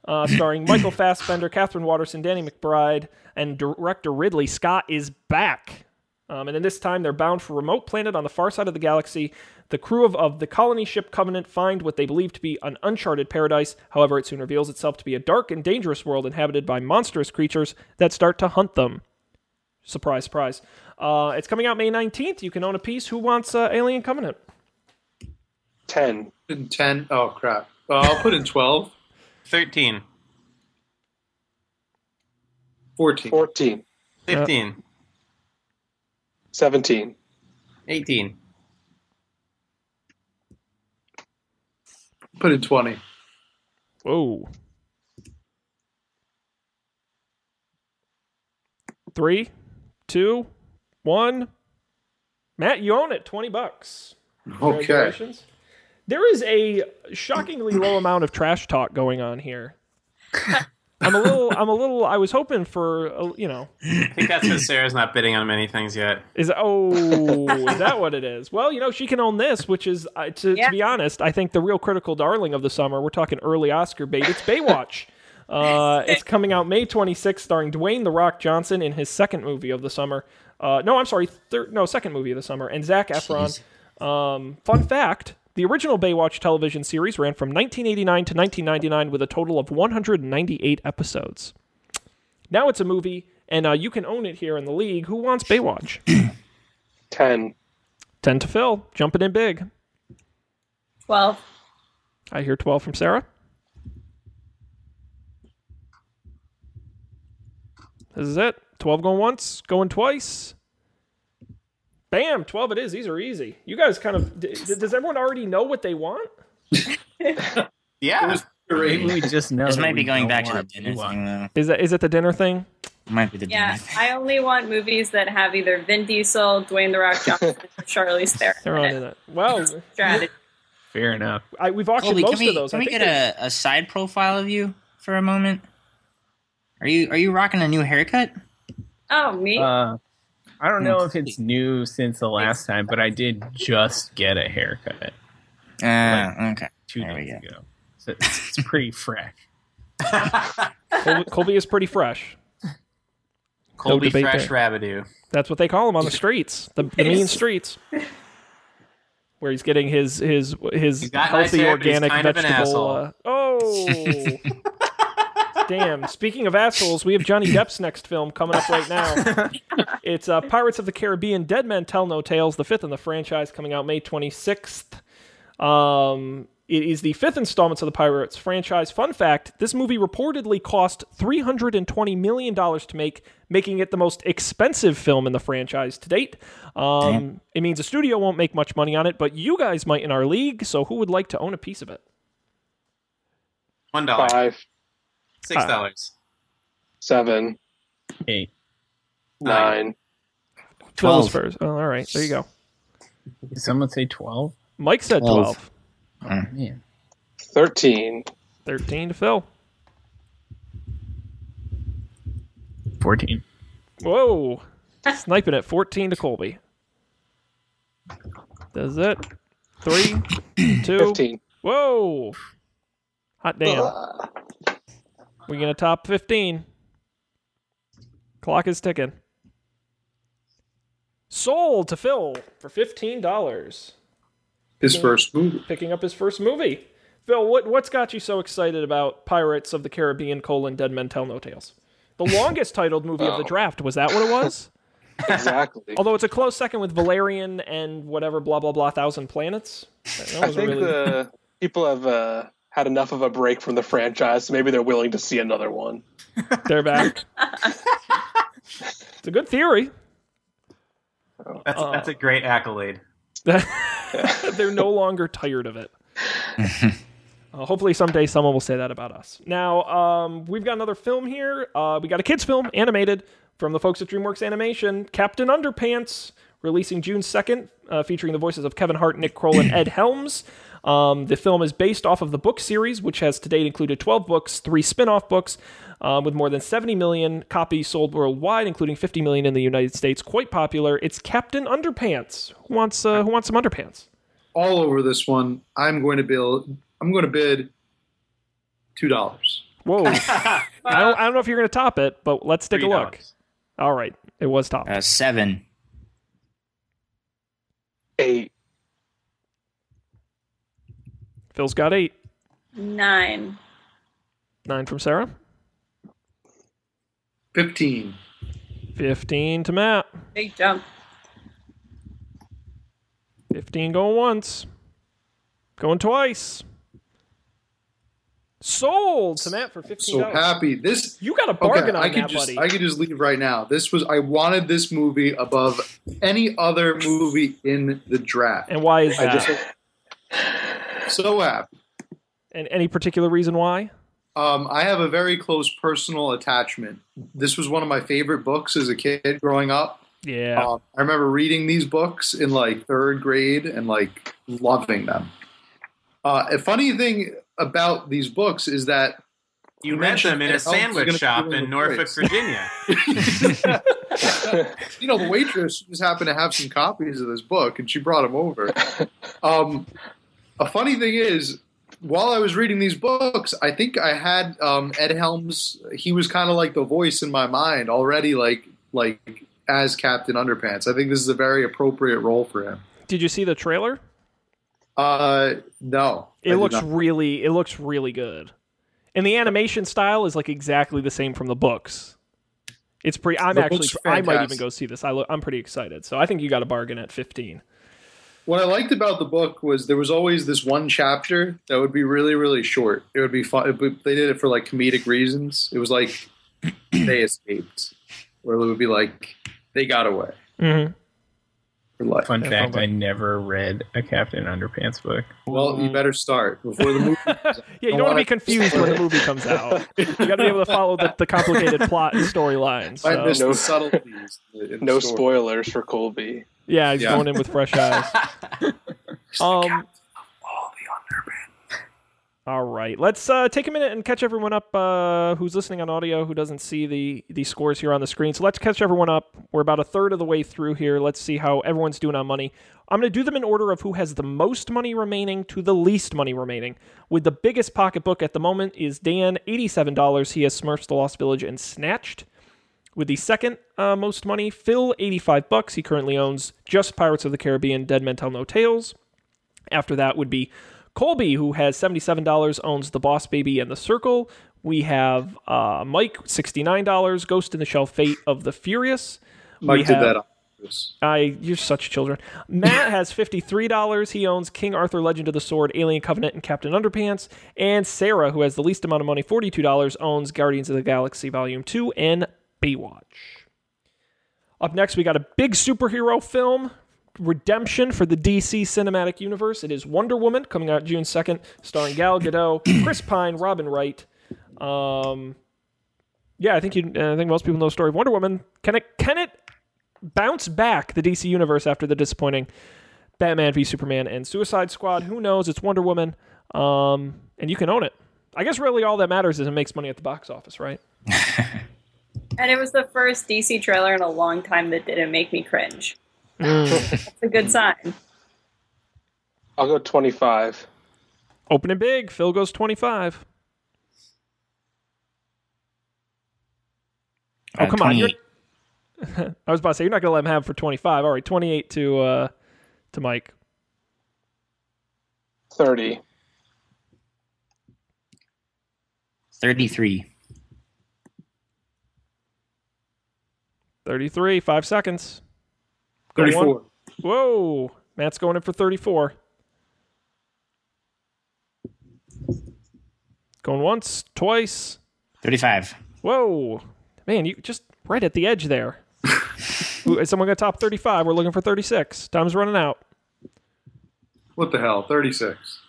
[SPEAKER 3] uh, starring Michael Fassbender, Catherine Watterson, Danny McBride, and director Ridley Scott is back. Um, and then this time, they're bound for a remote planet on the far side of the galaxy. The crew of, of the colony ship Covenant find what they believe to be an uncharted paradise. However, it soon reveals itself to be a dark and dangerous world inhabited by monstrous creatures that start to hunt them. Surprise, surprise. Uh, it's coming out May 19th. You can own a piece. Who wants uh, Alien Covenant?
[SPEAKER 8] Ten.
[SPEAKER 1] Put in 10. Oh, crap. Uh, I'll put in 12.
[SPEAKER 6] Thirteen.
[SPEAKER 1] 14.
[SPEAKER 8] Fourteen.
[SPEAKER 6] Fifteen.
[SPEAKER 8] Seventeen.
[SPEAKER 6] Eighteen.
[SPEAKER 1] Put in 20.
[SPEAKER 3] Whoa. Three, two, one. Matt, you own it. 20 bucks.
[SPEAKER 1] Okay.
[SPEAKER 3] Congratulations. There is a shockingly low amount of trash talk going on here. I'm a little, I'm a little, I was hoping for, a, you know,
[SPEAKER 6] I think that's because Sarah's not bidding on many things yet.
[SPEAKER 3] Is oh, is that what it is? Well, you know, she can own this, which is uh, to,
[SPEAKER 7] Yeah.
[SPEAKER 3] to be honest, I think the real critical darling of the summer. We're talking early Oscar bait. It's Baywatch. Uh, it's coming out May 26th, starring Dwayne the Rock Johnson in his second movie of the summer. Uh, no, I'm sorry, thir- no second movie of the summer, and Zach Efron. Um, fun fact: the original Baywatch television series ran from 1989 to 1999 with a total of 198 episodes. Now it's a movie, and uh, you can own it here in the league. Who wants Baywatch?
[SPEAKER 8] Ten.
[SPEAKER 3] 10 to Phil, jumping in big.
[SPEAKER 7] 12.
[SPEAKER 3] I hear 12 from Sarah. This is it. 12 going once, going twice. Bam, 12 it is. These are easy. You guys kind of. d- d- does everyone already know what they want?
[SPEAKER 6] Yeah.
[SPEAKER 2] Maybe we just know.
[SPEAKER 5] This
[SPEAKER 2] that
[SPEAKER 5] might
[SPEAKER 2] we
[SPEAKER 5] be going
[SPEAKER 2] don't
[SPEAKER 5] back to the
[SPEAKER 2] want
[SPEAKER 5] dinner
[SPEAKER 2] Ewok.
[SPEAKER 5] thing, though.
[SPEAKER 3] Is that is it the dinner thing?
[SPEAKER 5] It might be the
[SPEAKER 7] Yeah,
[SPEAKER 5] dinner thing.
[SPEAKER 7] I only want movies that have either Vin Diesel, Dwayne The Rock Johnson, or Charlize
[SPEAKER 3] They're on in
[SPEAKER 7] Theron.
[SPEAKER 3] it. Well,
[SPEAKER 7] Strategy.
[SPEAKER 2] Fair enough.
[SPEAKER 3] I, we've auctioned
[SPEAKER 5] Colby,
[SPEAKER 3] most
[SPEAKER 5] can we,
[SPEAKER 3] of those.
[SPEAKER 5] can
[SPEAKER 3] I
[SPEAKER 5] we
[SPEAKER 3] think
[SPEAKER 5] get
[SPEAKER 3] there's-
[SPEAKER 5] a, a side profile of you for a moment? Are you are you rocking a new haircut?
[SPEAKER 7] Oh, me?
[SPEAKER 2] Uh, I don't know if it's new since the last time, but I did just get a haircut
[SPEAKER 5] Uh, okay.
[SPEAKER 2] two
[SPEAKER 5] There we
[SPEAKER 2] days ago, so it's it's pretty fresh.
[SPEAKER 3] Colby, Colby is pretty fresh.
[SPEAKER 6] Colby
[SPEAKER 3] debate
[SPEAKER 6] Fresh
[SPEAKER 3] there.
[SPEAKER 6] Rabideau.
[SPEAKER 3] That's what they call him on the streets, the, the mean streets, where he's getting his his his
[SPEAKER 6] He's got nice
[SPEAKER 3] healthy
[SPEAKER 6] hair, but he's
[SPEAKER 3] organic
[SPEAKER 6] kind of an
[SPEAKER 3] vegetable.
[SPEAKER 6] asshole.
[SPEAKER 3] uh, oh, damn! Speaking of assholes, we have Johnny Depp's next film coming up right now. it's uh, Pirates of the Caribbean: Dead Men Tell No Tales, the fifth in the franchise, coming out May twenty sixth. Um, it is the fifth installment of the Pirates franchise. Fun fact this movie reportedly cost $320 million to make, making it the most expensive film in the franchise to date. Um, it means the studio won't make much money on it, but you guys might in our league. So who would like to own a piece of it?
[SPEAKER 6] One dollar.
[SPEAKER 8] Five.
[SPEAKER 6] Six dollars.
[SPEAKER 8] Seven.
[SPEAKER 2] Hey,
[SPEAKER 8] Nine.
[SPEAKER 3] Phil is
[SPEAKER 5] Twelve.
[SPEAKER 3] first. Oh, all right. There you go.
[SPEAKER 2] did someone say twelve?
[SPEAKER 3] Mike said
[SPEAKER 5] Twelve.
[SPEAKER 3] 12.
[SPEAKER 5] Mm.
[SPEAKER 2] Man,
[SPEAKER 8] Thirteen.
[SPEAKER 3] 13 to Phil.
[SPEAKER 2] fourteen.
[SPEAKER 3] Whoa. Sniping at 14 to Colby. That's it. Three, two,
[SPEAKER 8] Fifteen.
[SPEAKER 3] Whoa! Hot damn. We're gonna top fifteen. Clock is ticking. Sold to Phil for fifteen dollars,
[SPEAKER 1] His first movie.
[SPEAKER 3] picking up his first movie. Phil, what what's got you so excited about Pirates of the Caribbean: colon, Dead Men Tell No Tales? The longest titled movie of the
[SPEAKER 8] Oh.
[SPEAKER 3] draft was that what it was?
[SPEAKER 8] Exactly.
[SPEAKER 3] Although it's a close second with Valerian and whatever blah blah blah Thousand Planets. That that
[SPEAKER 8] I
[SPEAKER 3] wasn't
[SPEAKER 8] think the people have uh, had enough of a break from the franchise, so maybe they're willing to see another one.
[SPEAKER 3] They're back. it's a good theory.
[SPEAKER 6] That's,
[SPEAKER 3] Oh.
[SPEAKER 6] that's a great accolade.
[SPEAKER 3] They're no longer tired of it. Uh, hopefully, someday someone will say that about us. Now, um, we've got another film here. Uh, we got a kids' film, animated, from the folks at DreamWorks Animation, Captain Underpants, releasing June 2nd, uh, featuring the voices of Kevin Hart, Nick Kroll, and Ed Helms. Um, the film is based off of the book series, which has to date included 12 books, three spin off books, um, with more than 70 million copies sold worldwide, including 50 million in the United States. Quite popular. It's Captain Underpants. Who wants, uh, who wants some underpants?
[SPEAKER 1] All over this one, I'm going to bid. I'm going to bid two dollars.
[SPEAKER 3] Whoa. I, don't, I don't know if you're going to top it, but let's take a
[SPEAKER 6] Three
[SPEAKER 3] look.
[SPEAKER 6] dollars.
[SPEAKER 3] All right. It was top.
[SPEAKER 5] Uh, seven.
[SPEAKER 8] Eight.
[SPEAKER 3] Phil's got eight.
[SPEAKER 7] Nine.
[SPEAKER 3] Nine from Sarah.
[SPEAKER 1] Fifteen.
[SPEAKER 3] 15 to Matt.
[SPEAKER 7] Big jump.
[SPEAKER 3] 15 going once. Going twice. Sold to Matt for $15.
[SPEAKER 1] So happy. This
[SPEAKER 3] You got a
[SPEAKER 1] Okay,
[SPEAKER 3] bargain on
[SPEAKER 1] I could
[SPEAKER 3] that,
[SPEAKER 1] just
[SPEAKER 3] buddy.
[SPEAKER 1] I could just leave right now. This was I wanted this movie above any other movie in the draft.
[SPEAKER 3] and why is
[SPEAKER 1] I
[SPEAKER 3] that?
[SPEAKER 1] just so happy.
[SPEAKER 3] and any particular reason why?
[SPEAKER 1] Um, I have a very close personal attachment. This was one of my favorite books as a kid growing up.
[SPEAKER 3] Yeah.
[SPEAKER 1] Um, I remember reading these books in like third grade and like loving them. Uh, a funny thing about these books is that
[SPEAKER 6] You
[SPEAKER 1] You
[SPEAKER 6] met them
[SPEAKER 1] mentioned
[SPEAKER 6] in a
[SPEAKER 1] that Elton's
[SPEAKER 6] sandwich
[SPEAKER 1] gonna
[SPEAKER 6] shop
[SPEAKER 1] be doing
[SPEAKER 6] in
[SPEAKER 1] the
[SPEAKER 6] Norfolk,
[SPEAKER 1] voice.
[SPEAKER 6] Virginia.
[SPEAKER 1] you know, the waitress just happened to have some copies of this book, and she brought them over. Um, a funny thing is, while I was reading these books, I think I had um, Ed Helms. He was kind of like the voice in my mind already, like like as Captain Underpants. I think this is a very appropriate role for him.
[SPEAKER 3] Did you see the trailer?
[SPEAKER 1] Uh, no, I
[SPEAKER 3] It
[SPEAKER 1] did
[SPEAKER 3] looks
[SPEAKER 1] not.
[SPEAKER 3] really it looks really good. And the animation style is like exactly the same from the books. It's pretty. I'm
[SPEAKER 1] It
[SPEAKER 3] actually.
[SPEAKER 1] looks
[SPEAKER 3] I might even
[SPEAKER 1] fantastic.
[SPEAKER 3] go see this. I look, I'm pretty excited. So I think you got a bargain at 15.
[SPEAKER 1] What I liked about the book was there was always this one chapter that would be really, really short. It would be fun. It would, they did it for like comedic reasons. It was like they escaped, or it would be like they got away
[SPEAKER 3] Mm-hmm.
[SPEAKER 1] for life.
[SPEAKER 2] Fun
[SPEAKER 3] Yeah,
[SPEAKER 2] fact:
[SPEAKER 3] fun
[SPEAKER 2] I never read a Captain Underpants book.
[SPEAKER 1] Well, you better start before the movie. comes out.
[SPEAKER 3] Yeah, you don't want to be confused when the movie comes out. You got to be able to follow the, the complicated plot and storylines.
[SPEAKER 1] I
[SPEAKER 3] So,
[SPEAKER 1] missed
[SPEAKER 8] No-
[SPEAKER 1] the subtleties. in the- in the
[SPEAKER 8] No
[SPEAKER 1] story.
[SPEAKER 8] spoilers for Colby.
[SPEAKER 3] yeah, he's
[SPEAKER 1] Yeah.
[SPEAKER 3] going in with fresh eyes. Um, all right, let's uh, take a minute and catch everyone up uh, who's listening on audio who doesn't see the the scores here on the screen. So let's catch everyone up. We're about a third of the way through here. Let's see how everyone's doing on money. I'm going to do them in order of who has the most money remaining to the least money remaining. With the biggest pocketbook at the moment is Dan, eighty-seven dollars. He has Smurfs, The Lost Village, and Snatched. With the second uh, most money, Phil, 85 bucks. He currently owns just Pirates of the Caribbean, Dead Men Tell No Tales. After that would be Colby, who has $77, owns The Boss Baby and The Circle. We have uh, Mike, $69, Ghost in the Shell, Fate of the Furious.
[SPEAKER 1] Mike
[SPEAKER 3] we
[SPEAKER 1] did
[SPEAKER 3] have-
[SPEAKER 1] that on purpose.
[SPEAKER 3] I, you're such children. Matt has $53. He owns King Arthur, Legend of the Sword, Alien Covenant, and Captain Underpants. And Sarah, who has the least amount of money, $42, owns Guardians of the Galaxy Volume 2 and Baywatch. Up next, we got a big superhero film, Redemption for the DC Cinematic Universe. It is Wonder Woman, coming out June 2nd, starring Gal Gadot, Chris Pine, Robin Wright. Um, yeah, I think you. uh, I think most people know the story of Wonder Woman. Can it? Can it bounce back the DC universe after the disappointing Batman v Superman and Suicide Squad. Who knows? It's Wonder Woman, um, and you can own it. I guess really all that matters is it makes money at the box office, right?
[SPEAKER 7] And it was the first DC trailer in a long time that didn't make me cringe. That's a good sign.
[SPEAKER 8] I'll go 25.
[SPEAKER 3] Open and big. Phil goes twenty-five. Oh,
[SPEAKER 5] Uh,
[SPEAKER 3] come on, you're- I was about to say you're not going to let him have for twenty-five. All right, twenty-eight to uh, to Mike.
[SPEAKER 8] 30.
[SPEAKER 5] 33.
[SPEAKER 3] 33, five seconds. Go one.
[SPEAKER 1] Thirty-four.
[SPEAKER 3] Whoa. Matt's going in for 34. Going once, twice.
[SPEAKER 5] 35.
[SPEAKER 3] Whoa. Man, you just right at the edge there. Who- Is someone going to top 35? We're looking for 36. Time's running out.
[SPEAKER 1] What the hell? Thirty-six.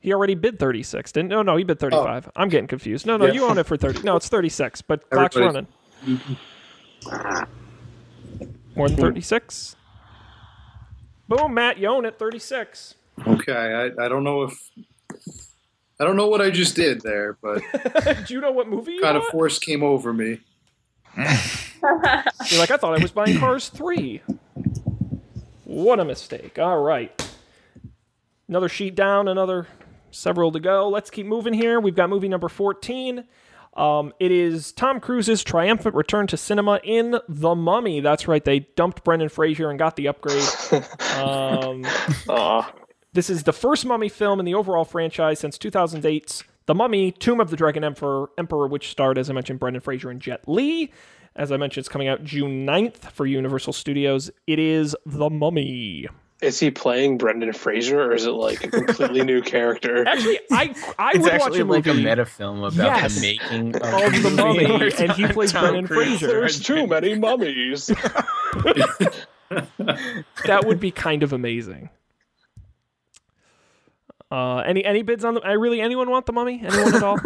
[SPEAKER 3] He already bid 36, didn't No, no, he bid 35. I'm getting confused. No, no,
[SPEAKER 1] Yeah.
[SPEAKER 3] you own it for 30. No, it's 36, but clock's
[SPEAKER 1] Everybody's-
[SPEAKER 3] running. More than 36. Boom, Matt, you own it, 36.
[SPEAKER 1] Okay, I, I don't know if I don't know what I just did there, but
[SPEAKER 3] Do you know what movie you
[SPEAKER 1] kind of
[SPEAKER 3] want?
[SPEAKER 1] force came over me.
[SPEAKER 3] You're like, I thought I was buying Cars 3. What a mistake. All right. Another sheet down, another several to go. Let's keep moving here. We've got movie number 14. Um, it is Tom Cruise's triumphant return to cinema in The Mummy. That's right. They dumped Brendan Fraser and got the upgrade. Um,
[SPEAKER 8] Aw.
[SPEAKER 3] this is the first Mummy film in the overall franchise since 2008's The Mummy, Tomb of the Dragon Emperor, Emperor which starred, as I mentioned, Brendan Fraser and Jet Li. As I mentioned, it's coming out June 9th for Universal Studios. It is The Mummy.
[SPEAKER 8] Is he playing Brendan Fraser or is it like a completely new character?
[SPEAKER 3] Actually, I I
[SPEAKER 2] It's
[SPEAKER 3] would watch
[SPEAKER 2] actually
[SPEAKER 3] a
[SPEAKER 2] like
[SPEAKER 3] movie
[SPEAKER 2] a meta film about
[SPEAKER 3] Yes.
[SPEAKER 2] the making of,
[SPEAKER 3] of The Mummy, and he plays
[SPEAKER 2] Tom
[SPEAKER 3] Brendan
[SPEAKER 2] Cruise.
[SPEAKER 3] Fraser.
[SPEAKER 8] There's too many mummies.
[SPEAKER 3] That would be kind of amazing. Uh, any any bids on the? I really anyone want the mummy? Anyone at all?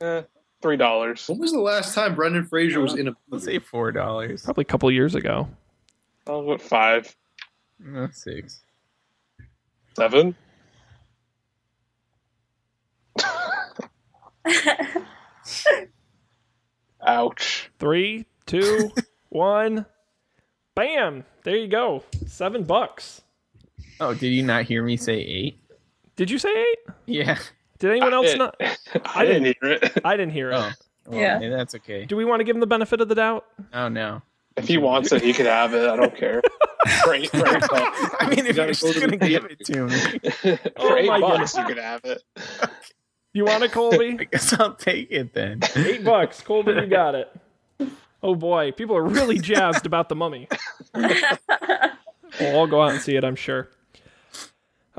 [SPEAKER 8] Eh, Three dollars.
[SPEAKER 1] When was the last time Brendan Fraser was in a
[SPEAKER 2] Let's say four dollars.
[SPEAKER 3] Probably a couple years ago.
[SPEAKER 8] I'll go five,
[SPEAKER 2] Oh, Six.
[SPEAKER 8] seven. Ouch.
[SPEAKER 3] Three, two, one. Bam! There you go. Seven bucks.
[SPEAKER 2] Oh, did you not hear me say eight?
[SPEAKER 3] Did you say eight?
[SPEAKER 2] Yeah.
[SPEAKER 3] Did anyone else
[SPEAKER 8] it-
[SPEAKER 3] not?
[SPEAKER 8] I didn't hear it.
[SPEAKER 3] I didn't hear it.
[SPEAKER 2] Oh. Well,
[SPEAKER 7] Yeah.
[SPEAKER 2] yeah. That's okay.
[SPEAKER 3] Do we want to give him the benefit of the doubt?
[SPEAKER 2] Oh no.
[SPEAKER 8] If he wants it, he can have it. I don't care. Great, great,
[SPEAKER 2] I mean,
[SPEAKER 1] gotta
[SPEAKER 2] if you're
[SPEAKER 1] go
[SPEAKER 2] just
[SPEAKER 1] to
[SPEAKER 2] gonna
[SPEAKER 1] the
[SPEAKER 2] give it to me,
[SPEAKER 8] for eight
[SPEAKER 3] Oh my
[SPEAKER 8] bucks, you can have it.
[SPEAKER 3] You want it, Colby?
[SPEAKER 2] I guess I'll take it then.
[SPEAKER 3] eight bucks. Colby, you got it. Oh boy, people are really jazzed about the mummy. We'll all go out and see it, I'm sure.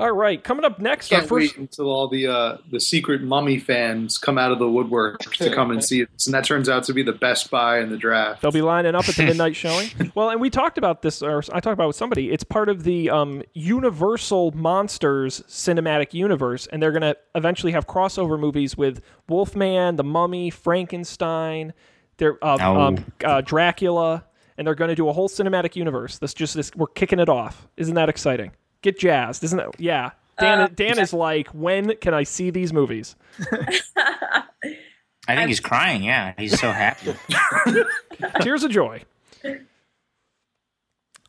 [SPEAKER 3] All right, coming up next, our
[SPEAKER 1] Can't
[SPEAKER 3] first.
[SPEAKER 1] wait until all the uh, the secret mummy fans come out of the woodwork to come and see it, and that turns out to be the best buy in the draft.
[SPEAKER 3] They'll be lining up at the midnight showing. Well, and we talked about this, or I talked about it with somebody. It's part of the um, Universal Monsters cinematic universe, and they're going to eventually have crossover movies with Wolfman, The Mummy, Frankenstein, they're, uh,
[SPEAKER 5] No.
[SPEAKER 3] um, uh, Dracula, and they're going to do a whole cinematic universe. That's just this. We're kicking it off. Isn't that exciting? Get jazzed, isn't that? Yeah. Dan,
[SPEAKER 7] Uh,
[SPEAKER 3] Dan is like, when can I see these movies?
[SPEAKER 5] I think he's crying. Yeah, he's so happy.
[SPEAKER 3] Tears of joy.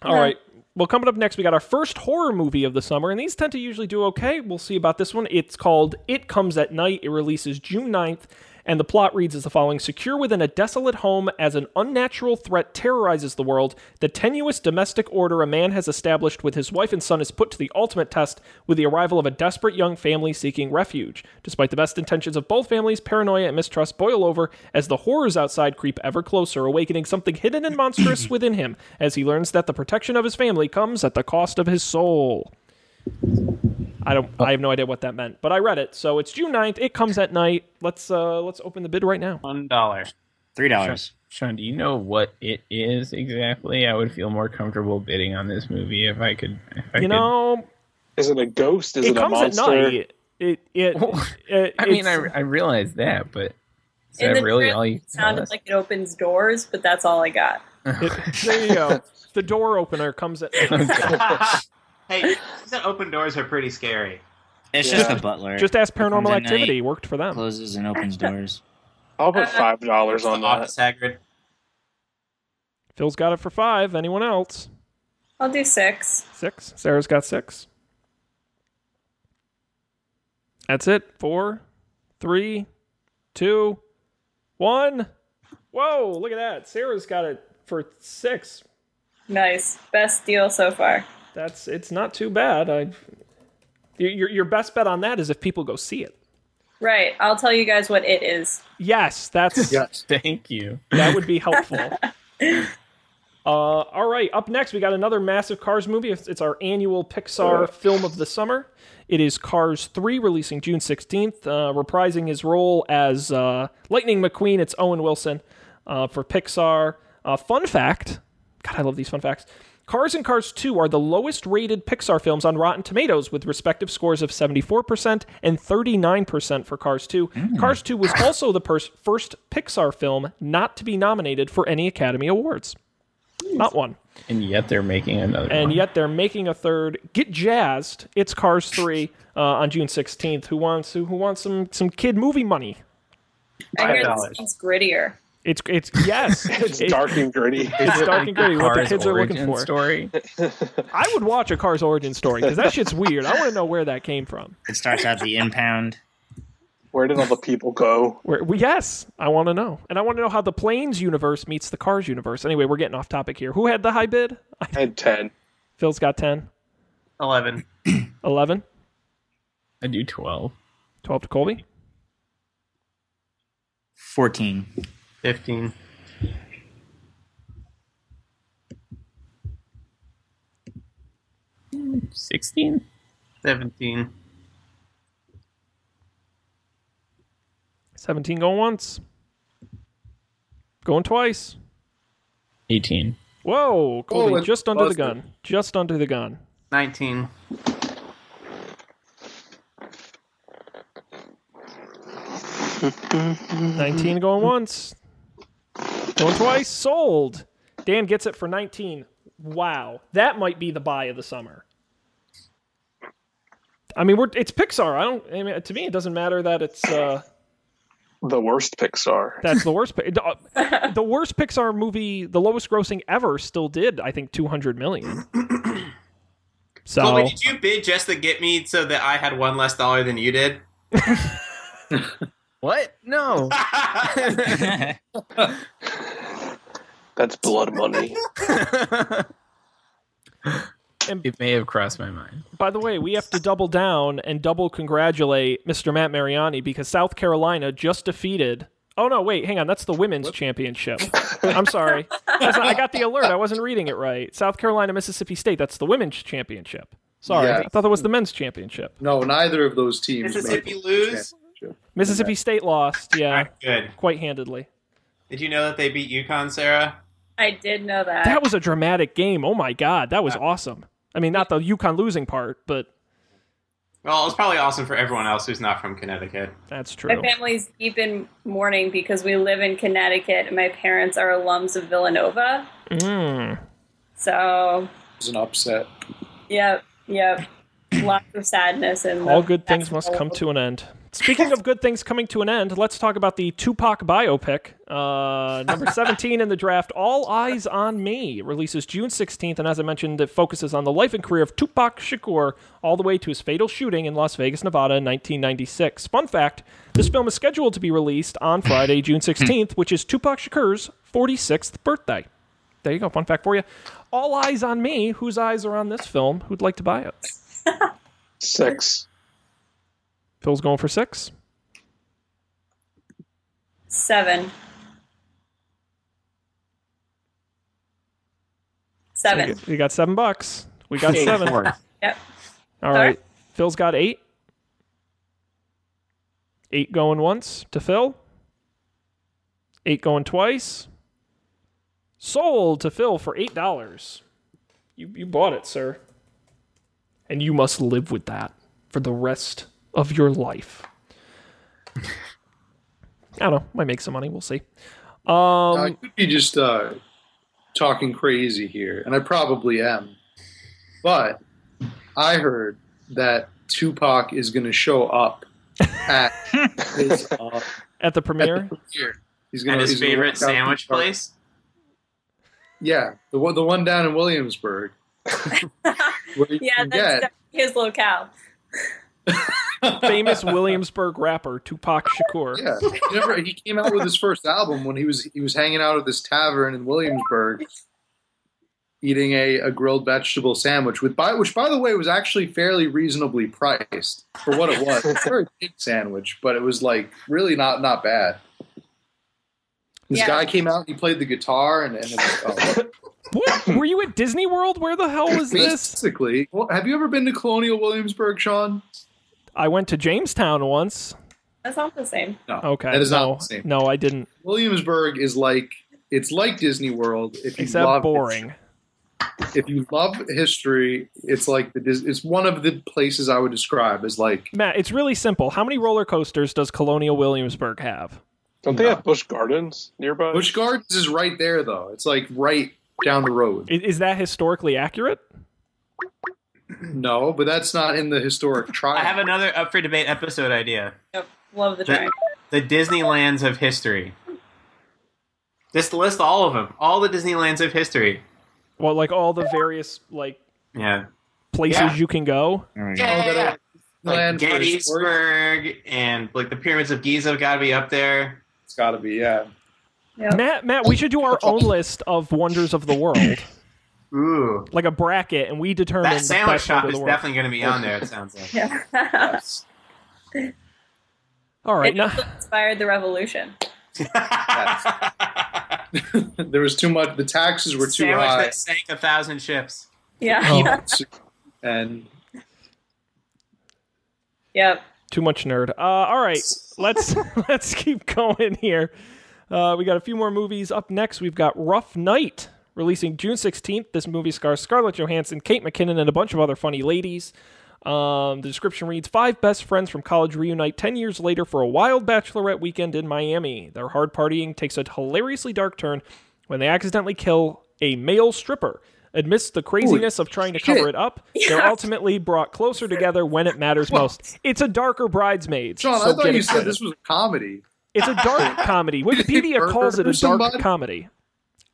[SPEAKER 3] All right. Well, coming up next, we got our first horror movie of the summer, and these tend to usually do okay. We'll see about this one. It's called It Comes at Night. It releases June 9th, and the plot reads as the following Secure within a desolate home as an unnatural threat terrorizes the world, the tenuous domestic order a man has established with his wife and son is put to the ultimate test with the arrival of a desperate young family seeking refuge. Despite the best intentions of both families, paranoia and mistrust boil over as the horrors outside creep ever closer, awakening something hidden and monstrous within him as he learns that the protection of his family comes at the cost of his soul. I don't I have no idea what that meant, but I read it. So it's June 9th. It comes at night. Let's uh let's open the bid right now.
[SPEAKER 6] One dollar.
[SPEAKER 5] Three dollars.
[SPEAKER 2] Sean, do you know what it is exactly? I would feel more comfortable bidding on this movie if I could. If I
[SPEAKER 3] You
[SPEAKER 2] could.
[SPEAKER 3] know,
[SPEAKER 8] Is it a ghost? Is it,
[SPEAKER 3] it
[SPEAKER 8] a
[SPEAKER 3] comes at
[SPEAKER 8] monster?
[SPEAKER 3] night. It it, it
[SPEAKER 2] I mean, I,
[SPEAKER 3] it's-
[SPEAKER 2] I realize that, but is
[SPEAKER 7] In
[SPEAKER 2] that
[SPEAKER 7] the
[SPEAKER 2] really
[SPEAKER 7] trailer,
[SPEAKER 2] all you
[SPEAKER 7] It sounded like it opens doors, but that's all I got.
[SPEAKER 3] It- there you go. The door opener comes at
[SPEAKER 6] hey, said open doors are pretty scary.
[SPEAKER 5] It's just the butler.
[SPEAKER 3] just ask
[SPEAKER 5] Comes
[SPEAKER 3] paranormal
[SPEAKER 5] at
[SPEAKER 3] activity worked for them.
[SPEAKER 5] closes and opens doors.
[SPEAKER 8] I'll put
[SPEAKER 7] Uh,
[SPEAKER 8] five dollars
[SPEAKER 6] It's
[SPEAKER 8] on
[SPEAKER 6] the
[SPEAKER 8] that.
[SPEAKER 6] office Hagrid.
[SPEAKER 3] Phil's got it for five. Anyone else?
[SPEAKER 7] I'll do six.
[SPEAKER 3] Six. Sarah's got six. That's it. Four, three, two, one. Whoa, look at that. Sarah's got it for six.
[SPEAKER 7] Nice. Best deal so far.
[SPEAKER 3] That's it's not too bad. I your- your your best bet on that is if people go see it.
[SPEAKER 7] Right. I'll tell you guys what it is.
[SPEAKER 3] Yes, that's
[SPEAKER 1] yes.
[SPEAKER 2] Thank you.
[SPEAKER 3] That would be helpful. Uh, all right, up next, we got another massive Cars movie. It's, it's our annual Pixar film of the summer. It is Cars 3, releasing June 16th, uh, reprising his role as uh, Lightning McQueen. It's Owen Wilson uh, for Pixar. Uh, fun fact God, I love these fun facts. Cars and Cars 2 are the lowest rated Pixar films on Rotten Tomatoes with respective scores of 74% and 39% for Cars 2. Cars 2 was also the pers- first Pixar film not to be nominated for any Academy Awards. Not one.
[SPEAKER 2] And yet they're making another.
[SPEAKER 3] And
[SPEAKER 2] one.
[SPEAKER 3] yet they're making a third. Get jazzed. It's Cars 3 uh, on June 16th. Who wants who, who wants some some kid movie money?
[SPEAKER 7] I hear
[SPEAKER 6] $5.
[SPEAKER 7] this one's grittier.
[SPEAKER 3] It's it's yes.
[SPEAKER 8] It's
[SPEAKER 3] It-
[SPEAKER 8] dark and gritty.
[SPEAKER 3] It's dark and gritty. What the
[SPEAKER 2] Cars
[SPEAKER 3] kids are looking
[SPEAKER 2] origin
[SPEAKER 3] for.
[SPEAKER 2] Story.
[SPEAKER 3] I would watch a Cars origin story because that shit's weird. I want to know where that came from.
[SPEAKER 5] It starts out the impound.
[SPEAKER 8] Where did all the people go?
[SPEAKER 3] Where, well, yes, I want to know, and I want to know how the planes universe meets the Cars universe. Anyway, we're getting off topic here. Who had the high bid?
[SPEAKER 8] I had ten.
[SPEAKER 3] Phil's got 10,
[SPEAKER 6] Eleven.
[SPEAKER 3] 11,
[SPEAKER 2] I do twelve.
[SPEAKER 3] 12 to Colby.
[SPEAKER 5] Fourteen.
[SPEAKER 6] Fifteen.
[SPEAKER 2] Sixteen.
[SPEAKER 6] Seventeen.
[SPEAKER 3] 17 going once, going twice.
[SPEAKER 2] Eighteen.
[SPEAKER 3] Whoa, Colby,
[SPEAKER 1] Oh, it
[SPEAKER 3] just under the
[SPEAKER 1] buzzed.
[SPEAKER 3] gun, just under the gun.
[SPEAKER 6] Nineteen.
[SPEAKER 3] Nineteen going once, going twice. Sold. Dan gets it for nineteen. Wow, that might be the buy of the summer. I mean, we're it's Pixar. I don't. I mean, to me, it doesn't matter that it's uh,
[SPEAKER 8] The worst Pixar.
[SPEAKER 3] that's the worst. Pi- uh, the worst Pixar movie, the lowest grossing ever, still did I think two hundred million. So
[SPEAKER 6] Colby, did you bid just to get me so that I had one less dollar than you did?
[SPEAKER 2] What? No.
[SPEAKER 8] That's blood money.
[SPEAKER 2] it may have crossed my mind.
[SPEAKER 3] By the way, we have to double down and double congratulate Mr. Matt Mariani because South Carolina just defeated Oh no, wait, hang on. That's the women's championship. I'm sorry. That's not- I got the alert. I wasn't reading it right. South Carolina, Mississippi State. That's the women's championship. Sorry,
[SPEAKER 1] Yeah.
[SPEAKER 3] I thought that was the men's championship.
[SPEAKER 1] No, neither of those teams.
[SPEAKER 6] Mississippi
[SPEAKER 1] made it.
[SPEAKER 6] lose?
[SPEAKER 3] Mississippi State lost, yeah,
[SPEAKER 6] Not good.
[SPEAKER 3] quite handedly.
[SPEAKER 6] Did you know that they beat UConn, Sarah?
[SPEAKER 7] I did know that.
[SPEAKER 3] That was a dramatic game. Oh my god, that was awesome. I mean, not the Yukon losing part, but
[SPEAKER 6] Well, it's probably awesome for everyone else who's not from Connecticut.
[SPEAKER 3] that's
[SPEAKER 7] my
[SPEAKER 3] true.
[SPEAKER 7] family's deep in mourning because we live in Connecticut and my parents are alums of Villanova.
[SPEAKER 3] Mm.
[SPEAKER 7] So,
[SPEAKER 1] It was an upset.
[SPEAKER 7] yep, yep. Lots of sadness and
[SPEAKER 3] All good things must come to an end. Speaking of good things coming to an end, let's talk about the Tupac biopic. Uh, number 17 in the draft, All Eyes on Me, releases June 16th. And as I mentioned, it focuses on the life and career of Tupac Shakur all the way to his fatal shooting in Las Vegas, Nevada in 1996. Fun fact this film is scheduled to be released on Friday, June 16th, which is Tupac Shakur's 46th birthday. There you go. Fun fact for you. All Eyes on Me. Whose eyes are on this film? Who'd like to buy it?
[SPEAKER 8] Six.
[SPEAKER 3] Phil's going for six.
[SPEAKER 7] Seven.
[SPEAKER 3] You
[SPEAKER 7] Seven.
[SPEAKER 3] got- You got seven bucks. We got seven.
[SPEAKER 7] Yep.
[SPEAKER 3] All right. Phil's got eight. Eight going once to Phil. Eight going twice. Sold to Phil for eight dollars. You you bought it, sir. And you must live with that for the rest of your life. I don't know. Might make some money. We'll see. Um,
[SPEAKER 1] I could be just uh, talking crazy here, and I probably am. But I heard that Tupac is going to show up at his uh,
[SPEAKER 3] at the
[SPEAKER 1] at
[SPEAKER 3] premiere.
[SPEAKER 1] the premiere. He's
[SPEAKER 6] And his
[SPEAKER 1] he's gonna
[SPEAKER 6] favorite
[SPEAKER 1] walk out to
[SPEAKER 6] sandwich
[SPEAKER 1] Tupac.
[SPEAKER 6] place?
[SPEAKER 1] Yeah, the one the one down in Williamsburg. where you
[SPEAKER 7] Yeah,
[SPEAKER 1] can
[SPEAKER 7] that's
[SPEAKER 1] get-
[SPEAKER 7] definitely his locale.
[SPEAKER 3] famous Williamsburg rapper Tupac Shakur.
[SPEAKER 1] Yeah, he, never, he came out with his first album when he was he was hanging out at this tavern in Williamsburg, eating a, a grilled vegetable sandwich with by which by the way was actually fairly reasonably priced for what it was. It's a very big sandwich, but it was like really not not bad. This
[SPEAKER 7] Yeah.
[SPEAKER 1] guy came out. He played the guitar, and, and it was, oh,
[SPEAKER 3] What? Were you at Disney World? Where the hell was this?
[SPEAKER 1] basically, well, have you ever been to Colonial Williamsburg, Sean?
[SPEAKER 3] I went to Jamestown once.
[SPEAKER 7] That's not the same.
[SPEAKER 1] No,
[SPEAKER 3] Okay.
[SPEAKER 1] that is
[SPEAKER 3] no,
[SPEAKER 1] not the same.
[SPEAKER 3] No, I didn't.
[SPEAKER 1] Williamsburg is like it's like Disney World. If you
[SPEAKER 3] Except
[SPEAKER 1] love
[SPEAKER 3] boring.
[SPEAKER 1] if you love history, it's like the Dis- it's one of the places I would describe as like
[SPEAKER 3] Matt, it's really simple. How many roller coasters does Colonial Williamsburg have?
[SPEAKER 8] Don't they have Bush Gardens nearby?
[SPEAKER 1] Busch Gardens is right there though. It's like right down the road.
[SPEAKER 3] I- Is, that historically accurate?
[SPEAKER 1] No, but that's not in the historic
[SPEAKER 6] I have
[SPEAKER 1] triangle.
[SPEAKER 6] another up for debate episode idea.
[SPEAKER 7] Yep. Love the
[SPEAKER 6] The-
[SPEAKER 7] triangle.
[SPEAKER 6] The Disneylands of history. Just list all of them. All the Disneylands of history.
[SPEAKER 3] Well, like all the various like
[SPEAKER 6] Yeah.
[SPEAKER 3] places
[SPEAKER 6] Yeah.
[SPEAKER 3] you can go.
[SPEAKER 1] Oh, that-
[SPEAKER 6] Yeah. Like
[SPEAKER 1] Land for historic-
[SPEAKER 6] Gettysburg and like the pyramids of Giza have got to be up there.
[SPEAKER 1] It's got to be yeah.
[SPEAKER 7] Yep.
[SPEAKER 3] Matt, Matt, we should do our own list of wonders of the world,
[SPEAKER 6] Ooh,
[SPEAKER 3] like a bracket, and we determine
[SPEAKER 6] that
[SPEAKER 3] the
[SPEAKER 6] sandwich
[SPEAKER 3] best
[SPEAKER 6] shop
[SPEAKER 3] wonder of
[SPEAKER 6] is
[SPEAKER 3] the world.
[SPEAKER 6] definitely going to be on there. It sounds like.
[SPEAKER 7] Yeah.
[SPEAKER 3] All right,
[SPEAKER 7] It
[SPEAKER 3] now
[SPEAKER 7] also inspired the revolution.
[SPEAKER 1] there was too much. The taxes were too
[SPEAKER 6] sandwich
[SPEAKER 1] high,
[SPEAKER 6] that sank a thousand ships.
[SPEAKER 7] Yeah.
[SPEAKER 3] Oh.
[SPEAKER 1] and
[SPEAKER 7] Yep.
[SPEAKER 3] Too much nerd. Uh, all right, let's let's keep going here. Uh, we got a few more movies up next. We've got Rough Night releasing June sixteenth. This movie stars Scarlett Johansson, Kate McKinnon, and a bunch of other funny ladies. Um, the description reads: Five best friends from college reunite ten years later for a wild bachelorette weekend in Miami. Their hard partying takes a hilariously dark turn when they accidentally kill a male stripper. Amidst the craziness of trying to cover it up, they're
[SPEAKER 7] Yeah.
[SPEAKER 3] ultimately brought closer together when it matters most. It's a darker bridesmaids.
[SPEAKER 1] Sean,
[SPEAKER 3] so
[SPEAKER 1] I thought
[SPEAKER 3] get
[SPEAKER 1] you said
[SPEAKER 3] excited.
[SPEAKER 1] this was a comedy.
[SPEAKER 3] It's a dark comedy. Wikipedia
[SPEAKER 1] Murder
[SPEAKER 3] calls it a dark
[SPEAKER 1] somebody?
[SPEAKER 3] comedy.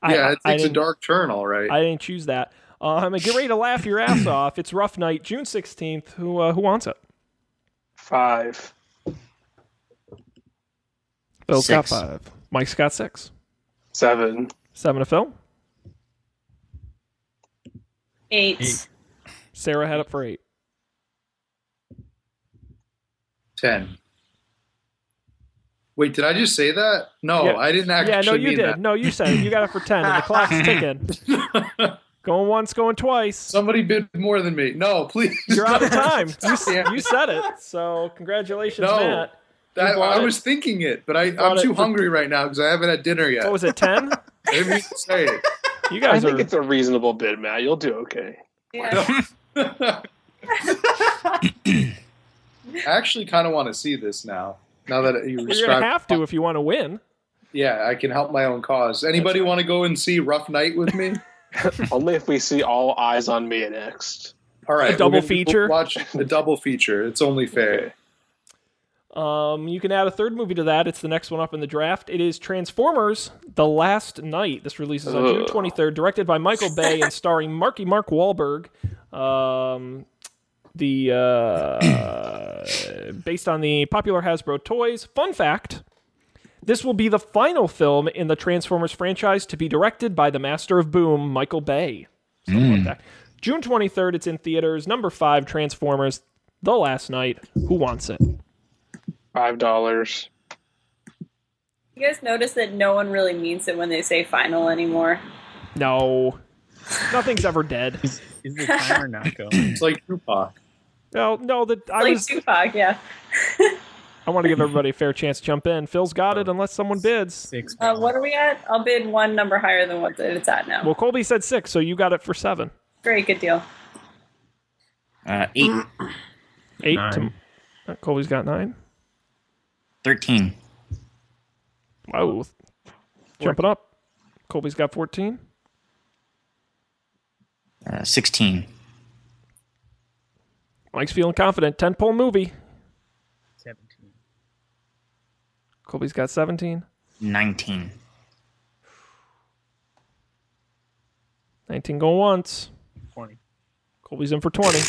[SPEAKER 1] Yeah, it
[SPEAKER 3] I, I
[SPEAKER 1] takes a
[SPEAKER 3] didn't,
[SPEAKER 1] dark turn, all right.
[SPEAKER 3] I didn't choose that. Um, and get ready to laugh your ass off. It's rough night, June sixteenth. Who uh, who wants it?
[SPEAKER 8] Five.
[SPEAKER 3] Phil's
[SPEAKER 5] Six.
[SPEAKER 3] got five. Mike's got six.
[SPEAKER 8] Seven.
[SPEAKER 3] Seven to Phil.
[SPEAKER 7] Eight.
[SPEAKER 6] Eight.
[SPEAKER 3] Sarah had it for eight.
[SPEAKER 1] Ten. Wait, did I just say that? No,
[SPEAKER 3] Yeah.
[SPEAKER 1] I didn't actually
[SPEAKER 3] yeah, no, you
[SPEAKER 1] mean
[SPEAKER 3] did.
[SPEAKER 1] that.
[SPEAKER 3] No, you said it. You got it for 10, and the clock's ticking. Going once, going twice.
[SPEAKER 1] Somebody bid more than me. No, please.
[SPEAKER 3] You're out of time. You, s-
[SPEAKER 1] Yeah.
[SPEAKER 3] you said it. So congratulations,
[SPEAKER 1] No.
[SPEAKER 3] Matt.
[SPEAKER 1] I,
[SPEAKER 3] You bought
[SPEAKER 1] I
[SPEAKER 3] it.
[SPEAKER 1] was thinking it, but I,
[SPEAKER 3] bought
[SPEAKER 1] I'm
[SPEAKER 3] it
[SPEAKER 1] too
[SPEAKER 3] for- Oh,
[SPEAKER 1] hungry right now because I haven't had dinner yet.
[SPEAKER 3] What was it, 10?
[SPEAKER 1] Maybe you can say it.
[SPEAKER 3] You
[SPEAKER 8] I
[SPEAKER 3] guys
[SPEAKER 8] think
[SPEAKER 3] are.
[SPEAKER 8] it's a reasonable bid, Matt. You'll do okay.
[SPEAKER 7] Yeah.
[SPEAKER 1] I actually kind of want to see this now. Now that you
[SPEAKER 3] You're going
[SPEAKER 1] described,
[SPEAKER 3] to have to if you want to win.
[SPEAKER 1] yeah, I can help my own cause. Anybody want to go and see Rough Night with me?
[SPEAKER 8] Only if we see all eyes on me next.
[SPEAKER 1] All right,
[SPEAKER 3] A double
[SPEAKER 1] we're gonna
[SPEAKER 3] feature?
[SPEAKER 1] Watch a double feature. It's only fair.
[SPEAKER 3] Um, you can add a third movie to that. It's the next one up in the draft. It is Transformers: The Last Night. This releases on June
[SPEAKER 8] Ugh.
[SPEAKER 3] 23rd, directed by Michael Bay and starring Marky Mark Wahlberg. Um, the uh, based on the popular Hasbro toys. Fun fact: This will be the final film in the Transformers franchise to be directed by the master of boom, Michael Bay. Something like that. June 23rd, it's in theaters. Number five, Transformers: The Last Night. Who wants it?
[SPEAKER 8] Five dollars.
[SPEAKER 7] You guys notice that no one really means it when they say final anymore.
[SPEAKER 3] No. Nothing's ever dead.
[SPEAKER 2] Is, is the timer not going?
[SPEAKER 1] It's like Tupac.
[SPEAKER 3] No, no, that I
[SPEAKER 7] like
[SPEAKER 3] was
[SPEAKER 7] Tupac, yeah.
[SPEAKER 3] I want to give everybody a fair chance to jump in. Phil's got it unless someone bids.
[SPEAKER 2] Six.
[SPEAKER 7] Uh, what are we at? I'll bid one number higher than what it's at now.
[SPEAKER 3] Well, Colby said six, so you got it for seven.
[SPEAKER 7] Great, good deal.
[SPEAKER 5] Uh, 8,
[SPEAKER 3] Eight
[SPEAKER 2] Nine.
[SPEAKER 3] to uh, Colby's got nine.
[SPEAKER 5] 13.
[SPEAKER 3] Wow. Jumping up. Colby's got fourteen.
[SPEAKER 5] Uh, 16.
[SPEAKER 3] Mike's feeling confident. Ten pole movie.
[SPEAKER 2] Seventeen.
[SPEAKER 3] Colby's got seventeen.
[SPEAKER 5] 19.
[SPEAKER 3] Nineteen going once.
[SPEAKER 2] Twenty.
[SPEAKER 3] Colby's in for twenty.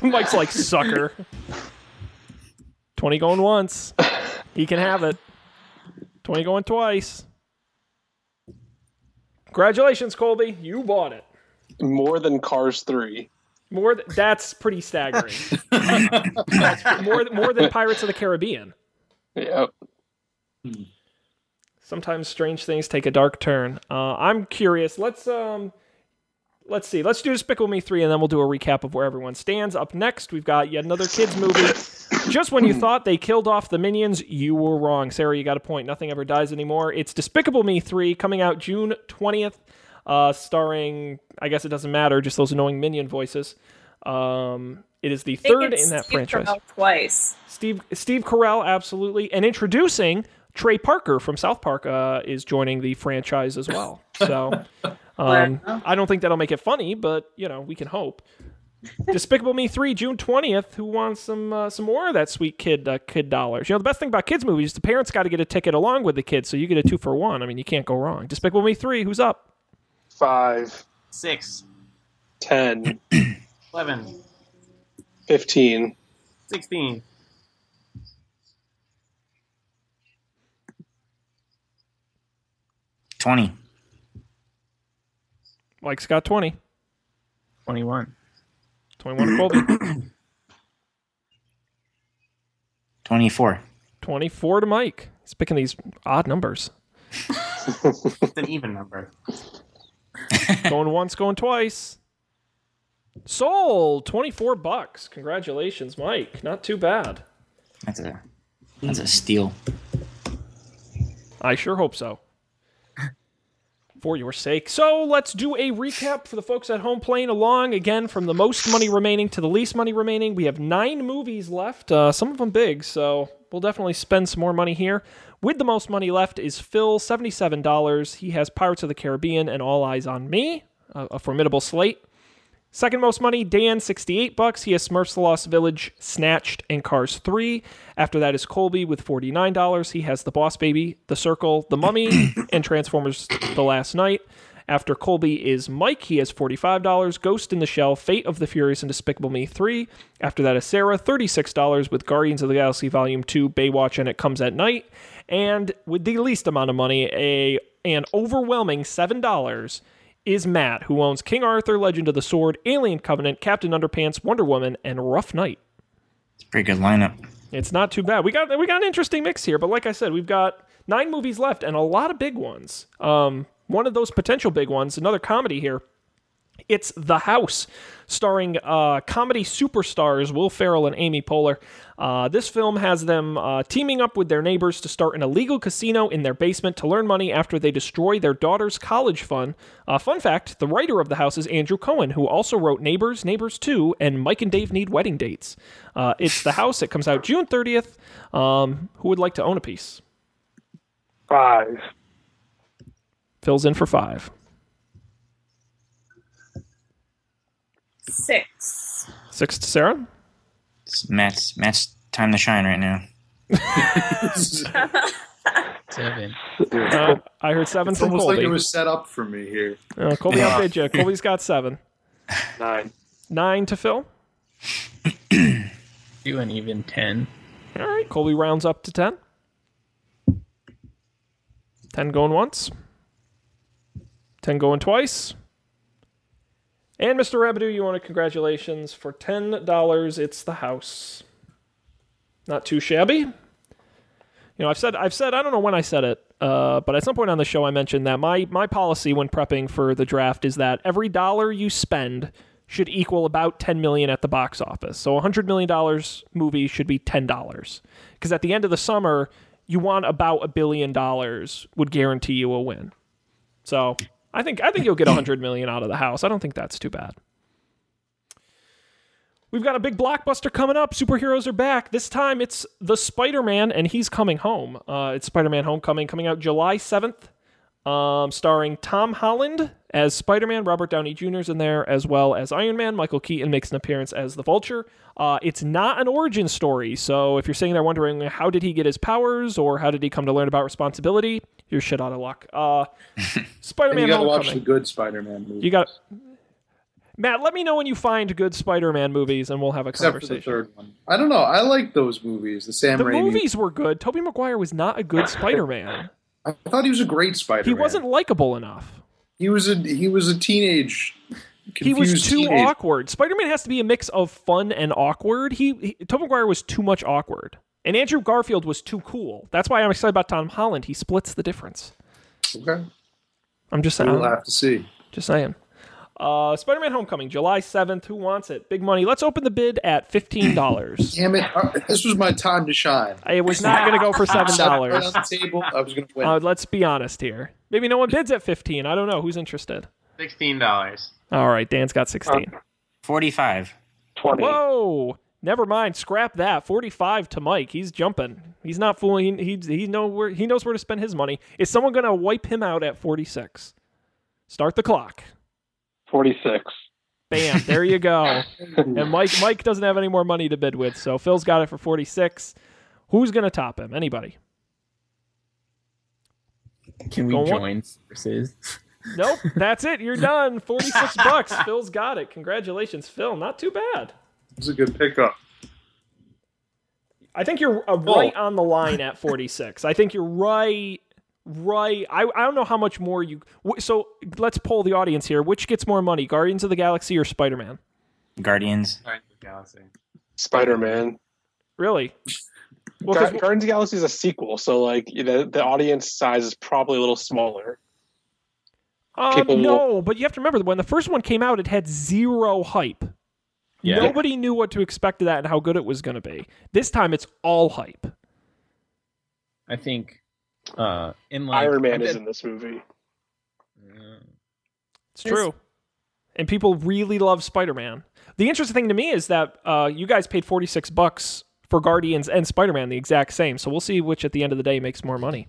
[SPEAKER 3] Mike's like sucker. Twenty going once. He can have it. Twenty going twice. Congratulations, Colby. You bought it.
[SPEAKER 8] More than Cars Three.
[SPEAKER 3] More th- that's pretty staggering. that's more more than Pirates of the Caribbean.
[SPEAKER 8] Yep.
[SPEAKER 3] Sometimes strange things take a dark turn. Uh, I'm curious. Let's um, let's see. Let's do Despicable Me three, and then we'll do a recap of where everyone stands. Up next, we've got yet another kids movie. Just when you thought they killed off the minions, you were wrong. Sarah, you got a point. Nothing ever dies anymore. It's Despicable Me three coming out June twentieth, uh, starring I guess it doesn't matter, just those annoying minion voices. Um, it is the
[SPEAKER 7] I think
[SPEAKER 3] third
[SPEAKER 7] it's
[SPEAKER 3] in that
[SPEAKER 7] Steve
[SPEAKER 3] franchise.
[SPEAKER 7] Carell Twice.
[SPEAKER 3] Steve Steve Carell, absolutely, and introducing Trey Parker from South Park uh, is joining the franchise as well. So um, I don't think that'll make it funny, but you know we can hope. Despicable Me three, June twentieth. Who wants some uh, some more of that sweet kid uh, kid dollars? You know the best thing about kids movies, is the parents got to get a ticket along with the kids, so you get a two for one. I mean you can't go wrong. Despicable Me three, who's up?
[SPEAKER 8] Five.
[SPEAKER 6] Six.
[SPEAKER 8] Ten.
[SPEAKER 6] Eleven.
[SPEAKER 8] Fifteen.
[SPEAKER 6] Sixteen.
[SPEAKER 5] Twenty.
[SPEAKER 3] Mike's got twenty.
[SPEAKER 2] Twenty-one.
[SPEAKER 3] 21 to Colby,
[SPEAKER 5] 24.
[SPEAKER 3] 24 to Mike. He's picking these odd numbers.
[SPEAKER 6] It's an even number.
[SPEAKER 3] going once, going twice. Sold 24 bucks. Congratulations, Mike. Not too bad.
[SPEAKER 5] That's a that's a steal.
[SPEAKER 3] I sure hope so. For your sake. So let's do a recap for the folks at home playing along. Again, from the most money remaining to the least money remaining. We have nine movies left, uh, some of them big, so we'll definitely spend some more money here. With the most money left is Phil, $77. He has Pirates of the Caribbean and All Eyes on Me, a, a formidable slate. Second most money, Dan, 68 bucks. He has Smurfs The Lost Village, Snatched, and Cars 3. After that is Colby with $49. He has The Boss Baby, The Circle, The Mummy, and Transformers The Last Night. After Colby is Mike. He has $45. Ghost in the Shell, Fate of the Furious, and Despicable Me 3. After that is Sarah, $36 with Guardians of the Galaxy Volume 2, Baywatch, and It Comes at Night. And with the least amount of money, a an overwhelming $7 is Matt, who owns King Arthur, Legend of the Sword, Alien Covenant, Captain Underpants, Wonder Woman, and Rough Knight.
[SPEAKER 5] It's a pretty good lineup.
[SPEAKER 3] It's not too bad. We got we got an interesting mix here, but like I said, we've got nine movies left and a lot of big ones. Um, one of those potential big ones, another comedy here. It's The House, starring uh, comedy superstars Will Ferrell and Amy Poehler. Uh, this film has them uh, teaming up with their neighbors to start an illegal casino in their basement to learn money after they destroy their daughter's college fund. Uh, fun fact the writer of The House is Andrew Cohen, who also wrote Neighbors, Neighbors 2, and Mike and Dave Need Wedding Dates. Uh, it's The House. It comes out June 30th. Um, who would like to own a piece?
[SPEAKER 9] Five.
[SPEAKER 3] Fills in for five.
[SPEAKER 7] Six.
[SPEAKER 3] Six to Sarah.
[SPEAKER 5] It's Matt's Matt's time to shine right now.
[SPEAKER 2] Seven.
[SPEAKER 3] Uh, I heard seven
[SPEAKER 1] It's
[SPEAKER 3] from
[SPEAKER 1] almost
[SPEAKER 3] Colby.
[SPEAKER 1] like it was set up for me here.
[SPEAKER 3] Uh, Colby outdid you. Colby's got seven.
[SPEAKER 9] Nine.
[SPEAKER 3] Nine to Phil.
[SPEAKER 2] Do an even ten.
[SPEAKER 3] All right. Colby rounds up to 10. 10 going once. 10 going twice. And Mr. Rabidu, you want a congratulations for $10. It's the house. Not too shabby. You know, I've said I've said I don't know when I said it, uh, but at some point on the show I mentioned that my my policy when prepping for the draft is that every dollar you spend should equal about 10 million at the box office. So a 100 million dollars movie should be $10 because at the end of the summer you want about a billion dollars would guarantee you a win. So, I think I think you'll get a 100 million out of the house. I don't think that's too bad. We've got a big blockbuster coming up. Superheroes are back. This time it's the Spider Man, and he's coming home. Uh, it's Spider Man Homecoming, coming out July 7th, um, starring Tom Holland as Spider Man. Robert Downey Jr. is in there, as well as Iron Man. Michael Keaton makes an appearance as the vulture. Uh, it's not an origin story, so if you're sitting there wondering how did he get his powers or how did he come to learn about responsibility, you're shit out of luck. Uh, Spider
[SPEAKER 1] And you got
[SPEAKER 3] Man
[SPEAKER 1] to
[SPEAKER 3] Homecoming.
[SPEAKER 1] watch the good Spider-Man movie.
[SPEAKER 3] You got Matt. Let me know when you find good Spider-Man movies, and we'll have a
[SPEAKER 1] except for the
[SPEAKER 3] conversation.
[SPEAKER 1] third one. I don't know. I like those movies. The Sam
[SPEAKER 3] The
[SPEAKER 1] Raimi.
[SPEAKER 3] movies were good. Toby Maguire was not a good Spider-Man.
[SPEAKER 1] I thought he was a great Spider-Man.
[SPEAKER 3] he wasn't likable enough.
[SPEAKER 1] He was a he was a teenage.
[SPEAKER 3] He was
[SPEAKER 1] confused
[SPEAKER 3] too
[SPEAKER 1] teenager.
[SPEAKER 3] awkward. Spider-Man has to be a mix of fun and awkward. He, he Toby Maguire was too much awkward, and Andrew Garfield was too cool. That's why I'm excited about Tom Holland. He splits the difference.
[SPEAKER 1] Okay,
[SPEAKER 3] I'm just saying.
[SPEAKER 1] we'll have to see.
[SPEAKER 3] Just saying. Uh, Spider-Man: Homecoming, July 7th. Who wants it? Big money. Let's open the bid at fifteen dollars.
[SPEAKER 1] Damn it! Uh, This was my time to shine.
[SPEAKER 3] I was not going to go for seven
[SPEAKER 1] Set it right
[SPEAKER 3] dollars.
[SPEAKER 1] on the table. I was going to win.
[SPEAKER 3] Uh, let's be honest here. Maybe no one bids at 15. I don't know. Who's interested?
[SPEAKER 6] Sixteen dollars.
[SPEAKER 3] All right, Dan's got 16.
[SPEAKER 5] Forty-five.
[SPEAKER 8] Uh,
[SPEAKER 9] Twenty.
[SPEAKER 3] Whoa! Never mind. Scrap that. 45 to Mike. He's jumping. He's not fooling. He, he, he, know where, he knows where to spend his money. Is someone going to wipe him out at 46? Start the clock.
[SPEAKER 9] Forty-six.
[SPEAKER 3] Bam. There you go. and Mike Mike doesn't have any more money to bid with, so Phil's got it for 46. Who's going to top him? Anybody?
[SPEAKER 2] Can we
[SPEAKER 3] Go on.
[SPEAKER 2] join forces?
[SPEAKER 3] Nope. That's it. You're done. 46 bucks. Phil's got it. Congratulations, Phil. Not too bad.
[SPEAKER 1] It was a good pickup.
[SPEAKER 3] I think you're uh, right on the line at 46. I think you're right. Right. I, I don't know how much more you. wh- So let's poll the audience here. Which gets more money, Guardians of the Galaxy or Spider Man?
[SPEAKER 5] Guardians.
[SPEAKER 6] Guardians of the Galaxy.
[SPEAKER 8] Spider Man.
[SPEAKER 3] Really? Well, 'cause-
[SPEAKER 8] Guardians of the Galaxy is a sequel, so like the the audience size is probably a little smaller. people
[SPEAKER 3] um, no, but you have to remember that when the first one came out, it had zero hype.
[SPEAKER 2] Yeah.
[SPEAKER 3] Nobody knew what to expect of that and how good it was going to be. This time, it's all hype.
[SPEAKER 2] I think. Uh, in like,
[SPEAKER 8] Iron
[SPEAKER 2] I
[SPEAKER 8] Man
[SPEAKER 2] bet-
[SPEAKER 8] is in this movie.
[SPEAKER 2] Uh,
[SPEAKER 3] It's true. And people really love Spider-Man. The interesting thing to me is that uh, you guys paid 46 bucks for Guardians and Spider-Man the exact same. So we'll see which at the end of the day makes more money.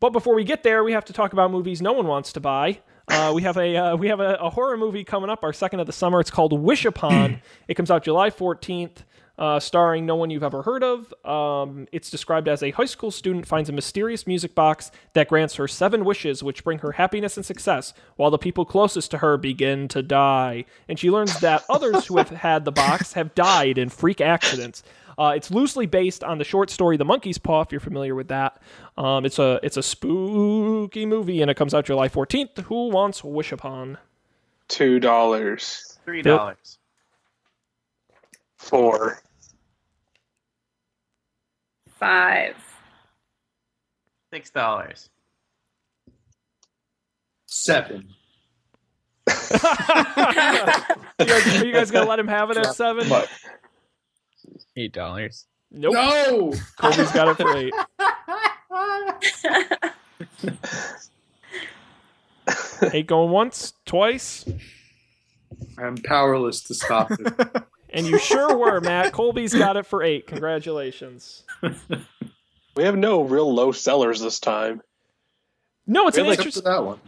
[SPEAKER 3] But before we get there, we have to talk about movies no one wants to buy. Uh, we have a uh, we have a, a horror movie coming up, our second of the summer. It's called Wish Upon. it comes out July 14th, uh, starring no one you've ever heard of. Um, it's described as a high school student finds a mysterious music box that grants her seven wishes, which bring her happiness and success, while the people closest to her begin to die. And she learns that others who have had the box have died in freak accidents. Uh, it's loosely based on the short story "The Monkey's Paw." If you're familiar with that, um, it's a it's a spooky movie, and it comes out July 14th. Who wants Wish Upon?
[SPEAKER 8] Two dollars.
[SPEAKER 6] Three dollars.
[SPEAKER 8] Four.
[SPEAKER 7] five.
[SPEAKER 6] Six dollars.
[SPEAKER 1] Seven.
[SPEAKER 3] You guys, are you guys gonna let him have it at seven?
[SPEAKER 1] But
[SPEAKER 2] Eight dollars.
[SPEAKER 3] Nope.
[SPEAKER 1] no,
[SPEAKER 3] Colby's got it for eight. Eight going once, twice,
[SPEAKER 1] I'm powerless to stop it.
[SPEAKER 3] and you sure were, Matt. Colby's got it for eight. Congratulations.
[SPEAKER 8] We have no real low sellers this time.
[SPEAKER 3] No, it's an
[SPEAKER 1] Really?
[SPEAKER 3] interesting.
[SPEAKER 1] Except for that one.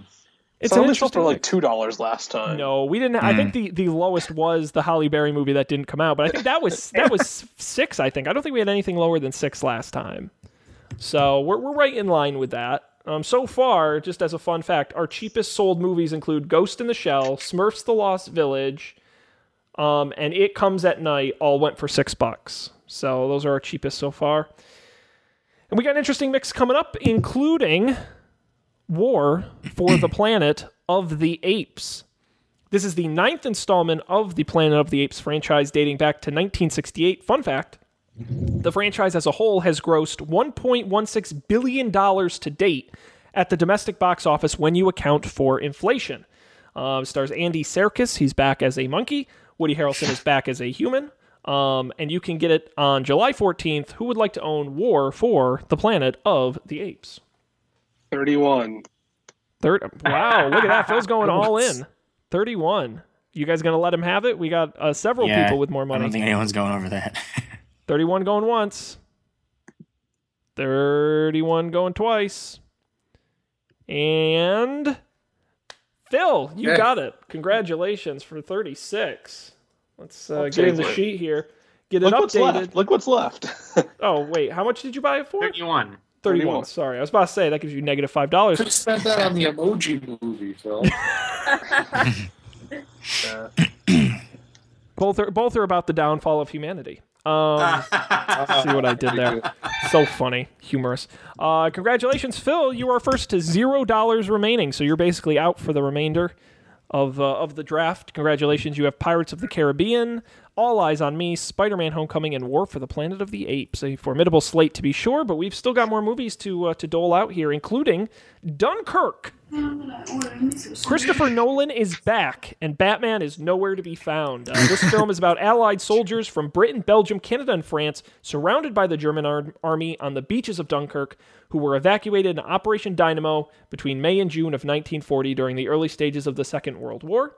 [SPEAKER 3] It's
[SPEAKER 8] Some
[SPEAKER 3] an
[SPEAKER 8] of the shows
[SPEAKER 3] interesting.
[SPEAKER 8] were like two dollars last time.
[SPEAKER 3] No, we didn't. I think the, the lowest was the Holly Berry movie that didn't come out, but I think that was that was six. I think I don't think we had anything lower than six last time, so we're we're right in line with that. Um, so far, just as a fun fact, our cheapest sold movies include Ghost in the Shell, Smurfs: The Lost Village, um, and It Comes at Night. All went for six bucks. So those are our cheapest so far. And we got an interesting mix coming up, including War for the Planet of the Apes. This is the ninth installment of the Planet of the Apes franchise dating back to 1968. Fun fact the franchise as a whole has grossed $1.16 billion to date at the domestic box office when you account for inflation. Um, stars Andy Serkis, he's back as a monkey. Woody Harrelson is back as a human. Um, and you can get it on July 14th. Who would like to own War for the Planet of the Apes?
[SPEAKER 8] Thirty-one.
[SPEAKER 3] Third, wow, look at that. Phil's going all in. 31. You guys going to let him have it? We got uh, several
[SPEAKER 5] Yeah,
[SPEAKER 3] people with more
[SPEAKER 5] I don't
[SPEAKER 3] money.
[SPEAKER 5] think anyone's going over that.
[SPEAKER 3] 31 going once. 31 going twice. And Phil, you
[SPEAKER 1] Yeah.
[SPEAKER 3] got it. Congratulations for 36. Let's uh, get
[SPEAKER 8] take
[SPEAKER 3] in the
[SPEAKER 8] it.
[SPEAKER 3] sheet here. Get it
[SPEAKER 8] Look what's
[SPEAKER 3] updated.
[SPEAKER 8] left. Look what's left.
[SPEAKER 3] Oh, wait. How much did you buy it for?
[SPEAKER 6] 31.
[SPEAKER 3] 31.
[SPEAKER 8] 31.
[SPEAKER 3] Sorry. I was about to say that gives you negative $5.
[SPEAKER 1] Could have spent that on the emoji movie, Phil.
[SPEAKER 3] Both are both are about the downfall of humanity.
[SPEAKER 8] Ah.
[SPEAKER 3] Um, see what I did there. So funny, humorous. Uh, congratulations, Phil. You are first to zero dollars remaining, so you're basically out for the remainder of uh, of the draft. Congratulations, you have Pirates of the Caribbean, All Eyes on Me, Spider-Man: Homecoming, and War for the Planet of the Apes. A formidable slate to be sure, but we've still got more movies to uh, to dole out here, including Dunkirk. Christopher Nolan is back, and Batman is nowhere to be found. Uh, this film is about Allied soldiers from Britain, Belgium, Canada, and France, surrounded by the German ar- army on the beaches of Dunkirk, who were evacuated in Operation Dynamo between May and June of 1940 during the early stages of the Second World War.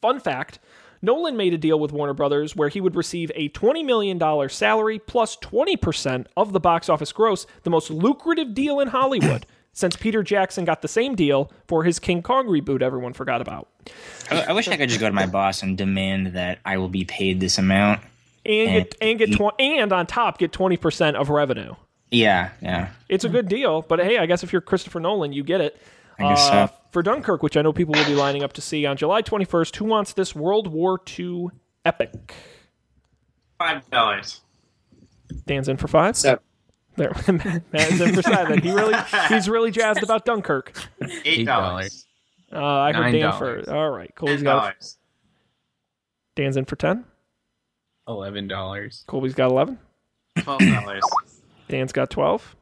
[SPEAKER 3] Fun fact Nolan made a deal with Warner Brothers where he would receive a $20 million salary plus 20% of the box office gross, the most lucrative deal in Hollywood, since Peter Jackson got the same deal for his King Kong reboot everyone forgot about.
[SPEAKER 5] I, I wish I could just go to my boss and demand that I will be paid this amount.
[SPEAKER 3] And get, and, get tw- and on top, get 20% of revenue.
[SPEAKER 5] Yeah, yeah.
[SPEAKER 3] It's a good deal, but hey, I guess if you're Christopher Nolan, you get it.
[SPEAKER 5] Hmm. I guess
[SPEAKER 3] Uh,
[SPEAKER 5] so.
[SPEAKER 3] For Dunkirk, which I know people will be lining up to see on July 21st, who wants this World War II epic?
[SPEAKER 6] Five dollars.
[SPEAKER 3] Dan's in for five.
[SPEAKER 1] Seven.
[SPEAKER 3] There, Matt is in for seven. He really, he's really jazzed about Dunkirk.
[SPEAKER 6] Eight dollars.
[SPEAKER 3] Uh, I heard
[SPEAKER 2] Nine
[SPEAKER 3] Dan
[SPEAKER 2] dollars.
[SPEAKER 3] for. All right, Colby's
[SPEAKER 6] Ten
[SPEAKER 3] got
[SPEAKER 6] dollars.
[SPEAKER 3] Dan's in for ten.
[SPEAKER 2] Eleven dollars.
[SPEAKER 3] Colby's got eleven.
[SPEAKER 6] Twelve dollars.
[SPEAKER 3] Dan's got twelve.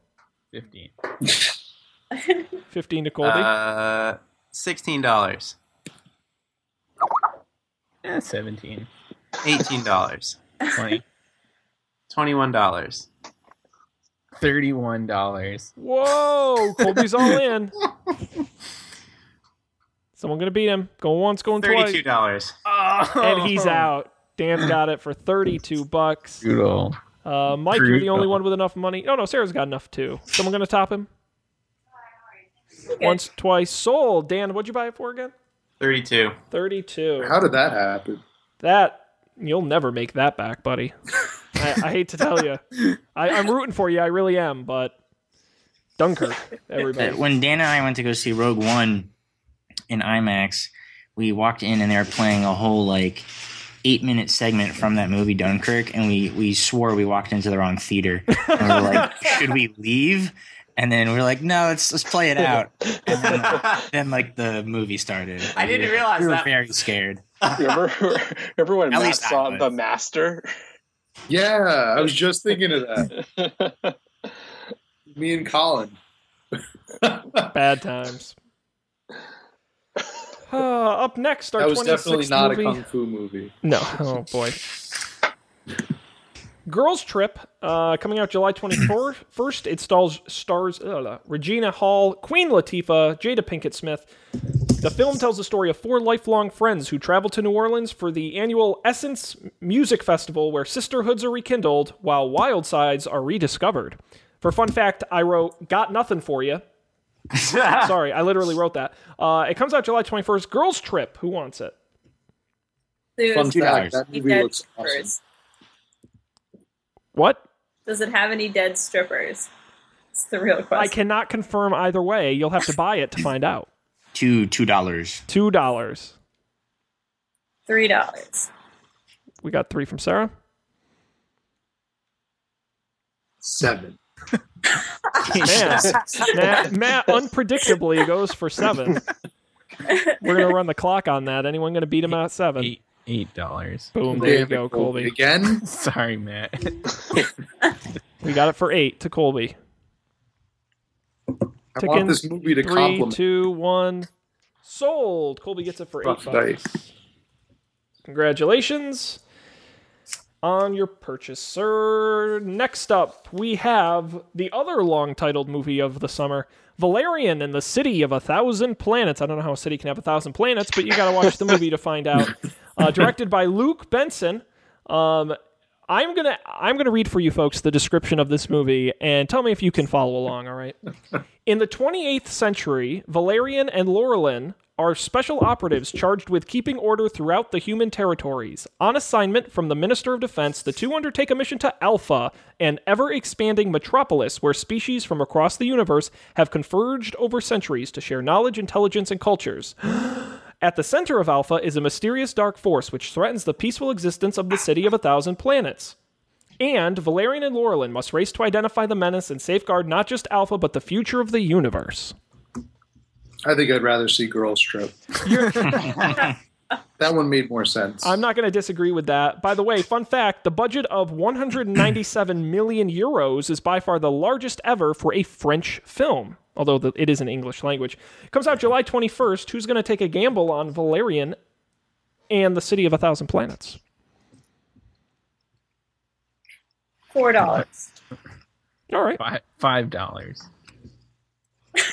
[SPEAKER 2] Fifteen.
[SPEAKER 3] Fifteen to Colby.
[SPEAKER 6] Uh, sixteen dollars.
[SPEAKER 2] Eh, Seventeen.
[SPEAKER 6] Eighteen dollars.
[SPEAKER 2] Twenty.
[SPEAKER 6] Twenty-one dollars.
[SPEAKER 2] Thirty-one dollars.
[SPEAKER 3] Whoa, Colby's all in. Someone gonna beat him. Going once, going
[SPEAKER 6] Thirty-two Oh.
[SPEAKER 3] twice,
[SPEAKER 6] dollars.
[SPEAKER 3] and he's
[SPEAKER 2] Oh.
[SPEAKER 3] out. Dan's got it for thirty-two bucks.
[SPEAKER 2] Doodle.
[SPEAKER 3] Uh, Mike, you're the
[SPEAKER 2] Brutal.
[SPEAKER 3] only one with enough money. No, no, Sarah's got enough too. Someone gonna top him? Once, twice, sold. Dan, what'd you buy it for again?
[SPEAKER 6] Thirty-two.
[SPEAKER 3] Thirty-two.
[SPEAKER 1] How did that happen?
[SPEAKER 3] That you'll never make that back, buddy. I, I hate to tell you, I, I'm rooting for you. I really am, but Dunkirk,
[SPEAKER 5] But
[SPEAKER 3] everybody.
[SPEAKER 5] Uh, when Dan and I went to go see Rogue One in IMAX, we walked in and they were playing a whole like eight minute segment from that movie Dunkirk, and we we swore we walked into the wrong theater. And we were like, should we leave? And then we were like, no, let's let's play it out. And then, then like the movie started.
[SPEAKER 6] I didn't
[SPEAKER 5] We were-
[SPEAKER 6] realize
[SPEAKER 5] we were
[SPEAKER 6] that.
[SPEAKER 5] very scared.
[SPEAKER 8] remember, remember when
[SPEAKER 5] At
[SPEAKER 8] Matt
[SPEAKER 5] least I
[SPEAKER 8] saw
[SPEAKER 5] was.
[SPEAKER 8] The Master?
[SPEAKER 1] Yeah, I was just thinking of that. Me and Colin.
[SPEAKER 3] Bad times. Uh, up next, our
[SPEAKER 1] That was
[SPEAKER 3] 26th
[SPEAKER 1] definitely not
[SPEAKER 3] movie.
[SPEAKER 1] a kung fu movie.
[SPEAKER 3] No. Oh boy. Girls Trip, uh, coming out July 24th. First, it stars, stars uh, Regina Hall, Queen Latifah, Jada Pinkett Smith. The film tells the story of four lifelong friends who travel to New Orleans for the annual Essence Music Festival, where sisterhoods are rekindled while wild sides are rediscovered. For fun fact, I wrote, Got nothing for you. Sorry, I literally wrote that. Uh, it comes out July 21st. Girls Trip, who wants it?
[SPEAKER 1] Fun
[SPEAKER 7] There's-
[SPEAKER 1] fact,
[SPEAKER 5] dollars.
[SPEAKER 1] that
[SPEAKER 7] Any
[SPEAKER 1] movie
[SPEAKER 7] dead
[SPEAKER 1] looks awesome.
[SPEAKER 7] strippers?
[SPEAKER 3] What?
[SPEAKER 7] Does it have any dead strippers? It's the real question.
[SPEAKER 3] I cannot confirm either way. You'll have to buy it to find out.
[SPEAKER 5] Two two dollars.
[SPEAKER 3] Two dollars.
[SPEAKER 7] Three dollars.
[SPEAKER 3] We got three from Sarah.
[SPEAKER 1] Seven.
[SPEAKER 3] Matt, Matt, Matt unpredictably goes for seven. We're gonna run the clock on that. Anyone gonna beat him at seven?
[SPEAKER 2] Eight eight dollars.
[SPEAKER 3] Boom! There you
[SPEAKER 1] Damn it,
[SPEAKER 3] go, Colby.
[SPEAKER 1] Again?
[SPEAKER 2] Sorry, Matt.
[SPEAKER 3] We got it for eight to Colby.
[SPEAKER 1] I
[SPEAKER 3] Taken
[SPEAKER 1] want this movie to
[SPEAKER 3] Three,
[SPEAKER 1] compliment.
[SPEAKER 3] two, one. Sold. Colby gets it for eight
[SPEAKER 1] Rough
[SPEAKER 3] bucks. Congratulations on your purchase, sir. Next up, we have the other long-titled movie of the summer, Valerian and the City of a Thousand Planets. I don't know how a city can have a thousand planets, but you got to watch the movie to find out. Uh, directed by Luke Benson. Um, I'm gonna I'm gonna read for you folks the description of this movie and tell me if you can follow along. All right. In the 28th century, Valerian and Laurelin are special operatives charged with keeping order throughout the human territories. On assignment from the Minister of Defense, the two undertake a mission to Alpha, an ever expanding metropolis where species from across the universe have converged over centuries to share knowledge, intelligence, and cultures. At the center of Alpha is a mysterious dark force which threatens the peaceful existence of the city of a thousand planets. And Valerian and Laurelin must race to identify the menace and safeguard not just Alpha, but the future of the universe.
[SPEAKER 1] I think I'd rather see Girls Trip. that one made more sense.
[SPEAKER 3] I'm not going to disagree with that. By the way, fun fact the budget of 197 million euros is by far the largest ever for a French film, although the, it is in English language. It comes out July 21st. Who's going to take a gamble on Valerian and the City of a Thousand Planets?
[SPEAKER 7] Four dollars.
[SPEAKER 3] All right.
[SPEAKER 2] Five five dollars.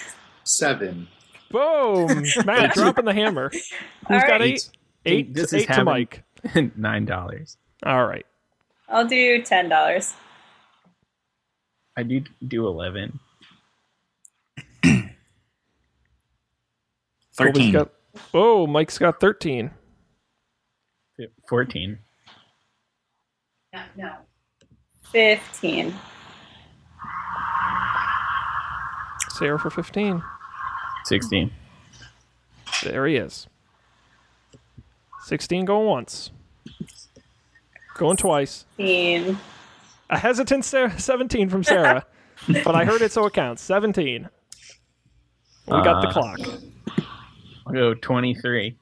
[SPEAKER 1] Seven.
[SPEAKER 3] Boom. Matt, dropping the hammer. Who's
[SPEAKER 7] All
[SPEAKER 3] got
[SPEAKER 7] right.
[SPEAKER 3] eight? Eight,
[SPEAKER 2] This
[SPEAKER 3] eight
[SPEAKER 2] is
[SPEAKER 3] to
[SPEAKER 2] having-
[SPEAKER 3] Mike.
[SPEAKER 2] Nine dollars.
[SPEAKER 3] All right.
[SPEAKER 7] I'll do ten dollars.
[SPEAKER 2] I do do eleven.
[SPEAKER 3] Colby's
[SPEAKER 5] Thirteen.
[SPEAKER 3] got- oh, Mike's got 13.
[SPEAKER 2] Fourteen.
[SPEAKER 7] No. Fifteen.
[SPEAKER 3] Sarah for 15.
[SPEAKER 2] Sixteen.
[SPEAKER 3] There he is. 16 going once. Going twice.
[SPEAKER 7] Fifteen.
[SPEAKER 3] A hesitant Sarah, 17 from Sarah. but I heard it, so it counts. 17. We got the
[SPEAKER 2] Uh.
[SPEAKER 3] clock.
[SPEAKER 2] I'll go twenty-three.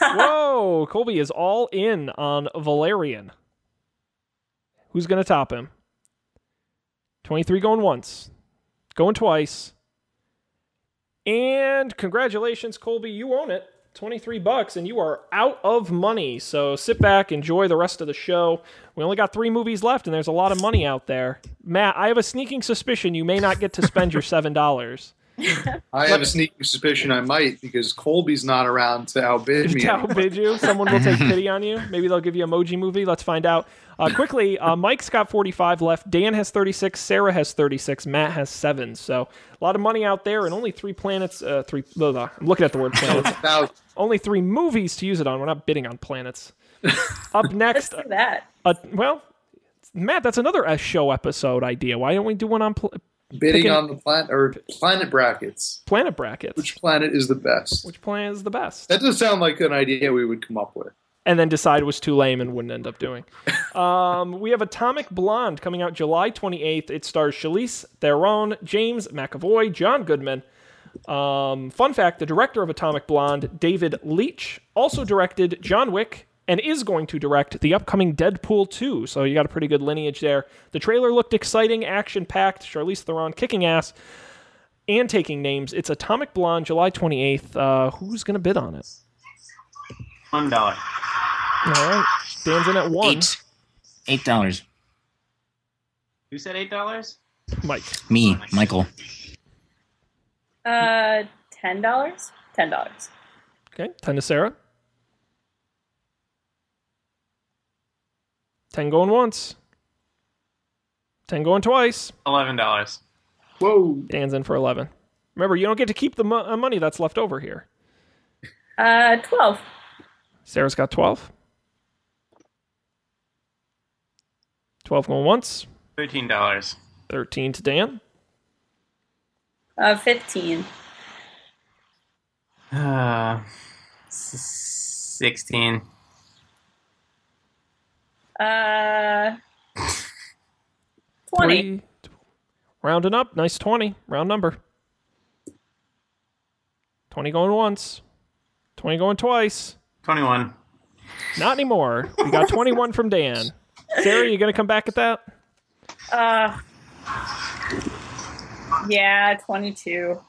[SPEAKER 3] Whoa! Colby is all in on Valerian. Who's going to top him? 23 going once, going twice. And congratulations, Colby. You own it. 23 bucks, and you are out of money. So sit back, enjoy the rest of the show. We only got three movies left, and there's a lot of money out there. Matt, I have a sneaking suspicion you may not get to spend your $7.
[SPEAKER 1] I have a sneaking suspicion I might because Colby's not around to outbid me.
[SPEAKER 3] How bid you? Someone will take pity on you. Maybe they'll give you emoji movie. Let's find out. Uh, quickly, uh, Mike's got 45 left. Dan has 36. Sarah has 36. Matt has seven. So a lot of money out there, and only three planets. Uh, three. Blah, blah. I'm looking at the word planets.
[SPEAKER 1] Now,
[SPEAKER 3] only three movies to use it on. We're not bidding on planets. Up
[SPEAKER 7] Let's
[SPEAKER 3] next,
[SPEAKER 7] do that.
[SPEAKER 3] uh, well, Matt, that's another S show episode idea. Why don't we do one on pl-
[SPEAKER 1] bidding
[SPEAKER 3] Picking-
[SPEAKER 1] on the planet or planet brackets.
[SPEAKER 3] planet brackets?
[SPEAKER 1] Which planet is the best?
[SPEAKER 3] Which planet is the best?
[SPEAKER 1] That does sound like an idea we would come up with.
[SPEAKER 3] and then decide was too lame and wouldn't end up doing. Um, we have Atomic Blonde coming out July 28th. It stars Charlize Theron, James McAvoy, John Goodman. Um, fun fact the director of Atomic Blonde, David Leitch, also directed John Wick and is going to direct the upcoming Deadpool 2. So you got a pretty good lineage there. The trailer looked exciting, action packed, Charlize Theron kicking ass and taking names. It's Atomic Blonde, July 28th. Uh, who's going to bid on it?
[SPEAKER 6] One dollar.
[SPEAKER 3] All right. Dan's in at one.
[SPEAKER 5] Eight. Eight dollars.
[SPEAKER 6] Who said eight dollars?
[SPEAKER 3] Mike.
[SPEAKER 6] Oh
[SPEAKER 5] Me, Michael.
[SPEAKER 7] Uh, ten dollars. Ten dollars.
[SPEAKER 3] Okay. 10 to Sarah. 10 going once. 10 going twice.
[SPEAKER 6] Eleven dollars.
[SPEAKER 1] Whoa.
[SPEAKER 3] Dan's in for 11. Remember, you don't get to keep the mo- uh, money that's left over here.
[SPEAKER 7] Uh, twelve.
[SPEAKER 3] Sarah's got 12. 12 going once.
[SPEAKER 6] Thirteen dollars.
[SPEAKER 3] 13 to Dan.
[SPEAKER 7] Uh, fifteen.
[SPEAKER 6] Uh, s- sixteen.
[SPEAKER 7] Uh, twenty.
[SPEAKER 3] Three. Rounding up. Nice 20. Round number. 20 going once. 20 going twice.
[SPEAKER 6] Twenty-one.
[SPEAKER 3] Not anymore. We got 21 from Dan. Sarah, you going to come back at that?
[SPEAKER 7] Uh, yeah, twenty-two.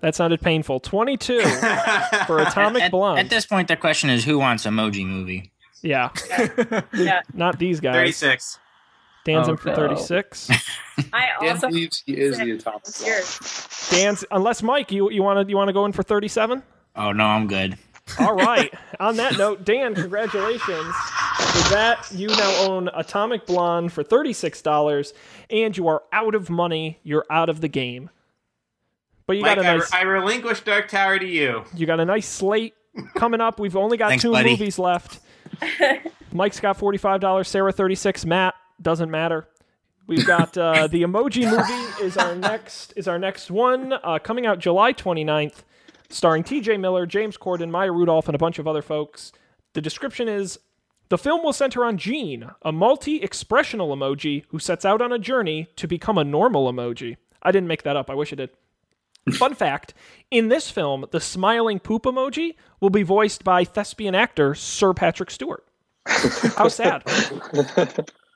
[SPEAKER 3] That sounded painful. 22 for Atomic
[SPEAKER 5] At,
[SPEAKER 3] Blonde.
[SPEAKER 5] at this point, the question is who wants emoji movie?
[SPEAKER 3] yeah,
[SPEAKER 7] Yeah,
[SPEAKER 3] not these guys.
[SPEAKER 6] Thirty-six.
[SPEAKER 3] Dan's in
[SPEAKER 2] Oh,
[SPEAKER 3] for
[SPEAKER 2] no.
[SPEAKER 3] 36.
[SPEAKER 7] I
[SPEAKER 1] Dan
[SPEAKER 7] also.
[SPEAKER 1] believes he is the atomic.
[SPEAKER 7] You're-
[SPEAKER 3] Dan's unless Mike, you you want to you want to go in for 37?
[SPEAKER 5] Oh no, I'm good.
[SPEAKER 3] All right. On that note, Dan, congratulations. With that, you now own Atomic Blonde for $36 and you are out of money. You're out of the game. But you
[SPEAKER 6] Mike,
[SPEAKER 3] got a
[SPEAKER 6] I,
[SPEAKER 3] nice
[SPEAKER 6] I relinquish Dark Tower to you.
[SPEAKER 3] you got a nice slate coming up. We've only got
[SPEAKER 5] Thanks,
[SPEAKER 3] two
[SPEAKER 5] buddy.
[SPEAKER 3] movies left. Mike's got $45, Sarah 36, Matt doesn't matter. We've got uh, the Emoji Movie is our next is our next one uh, coming out July 29th, starring T.J. Miller, James Corden, Maya Rudolph, and a bunch of other folks. The description is: the film will center on Jean, a multi-expressional emoji who sets out on a journey to become a normal emoji. I didn't make that up. I wish I did. Fun fact: in this film, the smiling poop emoji will be voiced by thespian actor Sir Patrick Stewart. How sad.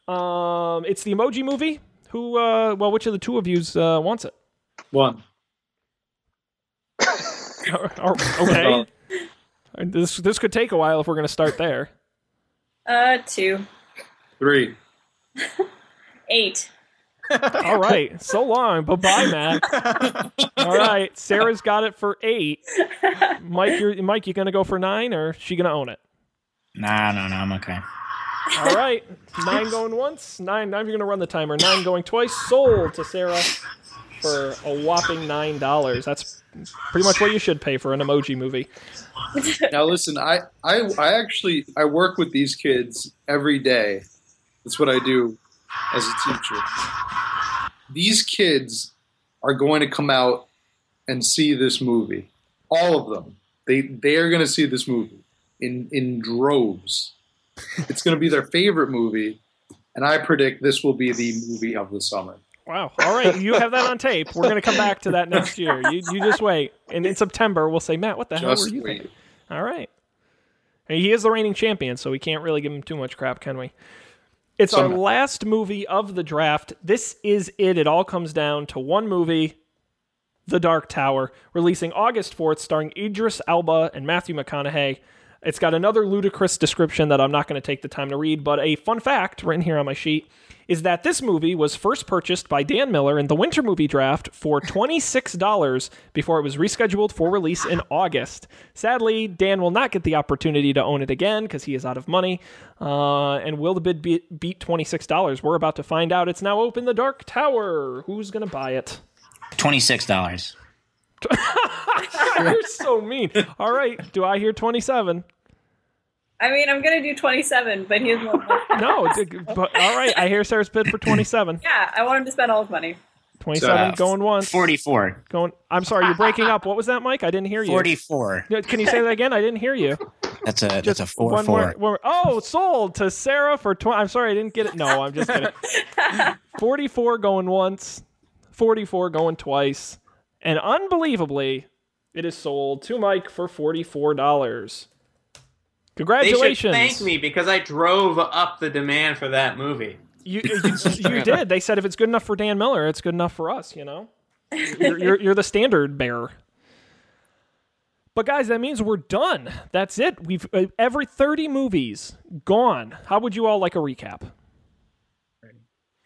[SPEAKER 3] Um, it's the Emoji Movie. Who? Uh, well, which of the two of yous uh, wants it?
[SPEAKER 1] One.
[SPEAKER 3] Or- or- okay. this this could take a while if we're going to start there.
[SPEAKER 7] Uh, two.
[SPEAKER 1] Three.
[SPEAKER 7] Eight.
[SPEAKER 3] All right. So long. Bye bye, Matt. All right. Sarah's got it for eight. Mike, you're, Mike, you going to go for nine, or is she going to own it?
[SPEAKER 5] Nah, no, no, I'm okay.
[SPEAKER 3] All right, nine going once, nine. Now you're gonna run the timer. Nine going twice. Sold to Sarah for a whopping nine dollars. That's pretty much what you should pay for an emoji movie.
[SPEAKER 1] Now listen, I, I I actually I work with these kids every day. That's what I do as a teacher. These kids are going to come out and see this movie. All of them. They they are going to see this movie in in droves. It's going to be their favorite movie, and I predict this will be the movie of the summer.
[SPEAKER 3] Wow. All right, you have that on tape. We're gonna come back to that next year. You you just wait, and in September we'll say, Matt, what the hell were
[SPEAKER 1] Just
[SPEAKER 3] you
[SPEAKER 1] wait.
[SPEAKER 3] thinking? All right. And he is the reigning champion, so we can't really give him too much crap, can we? It's our
[SPEAKER 1] Some-
[SPEAKER 3] last movie of the draft. This is it. It all comes down to one movie, The Dark Tower, releasing August 4th, starring Idris Alba and Matthew McConaughey. It's got another ludicrous description that I'm not going to take the time to read, but a fun fact written here on my sheet is that this movie was first purchased by Dan Miller in the winter movie draft for $26 before it was rescheduled for release in August. Sadly, Dan will not get the opportunity to own it again because he is out of money. Uh, and will the bid be- beat $26? We're about to find out. It's now open the Dark Tower. Who's going to buy it?
[SPEAKER 5] Twenty six dollars.
[SPEAKER 3] You're so mean. All right. Do I hear 27?
[SPEAKER 7] I mean, I'm gonna do twenty-seven, but he's one. more.
[SPEAKER 3] No. d- But, all right. I hear Sarah's bid for 27.
[SPEAKER 7] yeah, I want him to spend all his money.
[SPEAKER 3] 27
[SPEAKER 5] So, uh,
[SPEAKER 3] going once.
[SPEAKER 5] Forty four.
[SPEAKER 3] Going, I'm sorry. You're breaking up. What was that, Mike? I didn't hear you.
[SPEAKER 5] Forty four.
[SPEAKER 3] Yeah, Can you say that again? I didn't hear you.
[SPEAKER 5] That's a that's
[SPEAKER 3] Just
[SPEAKER 5] a four
[SPEAKER 3] one
[SPEAKER 5] four.
[SPEAKER 3] More, one more- Oh, sold to Sarah for twenty. I'm sorry, I didn't get it. No, I'm just kidding. Forty-four going once, forty-four going twice, and unbelievably, it is sold to Mike for forty-four dollars.
[SPEAKER 4] They should
[SPEAKER 3] Congratulations.
[SPEAKER 4] thank me because I drove up the demand for that movie.
[SPEAKER 3] You, you, you did. They said if it's good enough for Dan Miller, it's good enough for us, you know? You're, you're, you're the standard bearer. But guys, that means we're done. That's it. We've uh, every 30 movies gone. How would you all like a recap?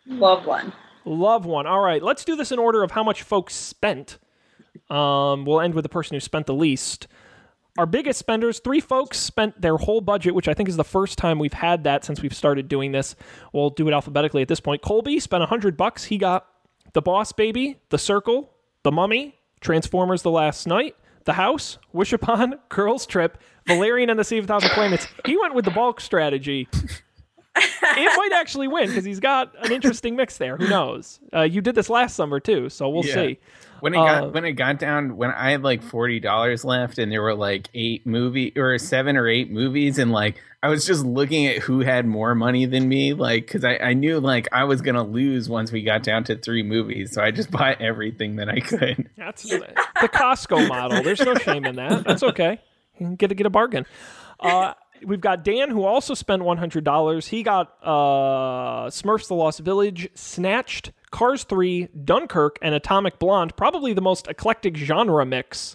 [SPEAKER 7] Love one.
[SPEAKER 3] Love one. All right, let's do this in order of how much folks spent. Um, we'll end with the person who spent the least. Our biggest spenders, three folks spent their whole budget, which I think is the first time we've had that since we've started doing this. We'll do it alphabetically at this point. Colby spent 100 bucks. He got The Boss Baby, The Circle, The Mummy, Transformers The Last Night, The House, Wish Upon, Girls Trip, Valerian and the Sea of a Thousand Planets. He went with the bulk strategy it might actually win because he's got an interesting mix there. Who knows? Uh, you did this last summer too, so we'll
[SPEAKER 2] Yeah.
[SPEAKER 3] see.
[SPEAKER 2] When it
[SPEAKER 3] Uh,
[SPEAKER 2] got when it got down when I had like forty dollars left and there were like eight movie or seven or eight movies and like I was just looking at who had more money than me like because I, I knew like I was gonna lose once we got down to three movies so I just bought everything that I could.
[SPEAKER 3] That's the Costco model. There's no shame in that. That's okay. You can get a, get a bargain. Uh, we've got Dan who also spent $100. He got uh, Smurfs: The Lost Village, Snatched, Cars 3, Dunkirk, and Atomic Blonde. Probably the most eclectic genre mix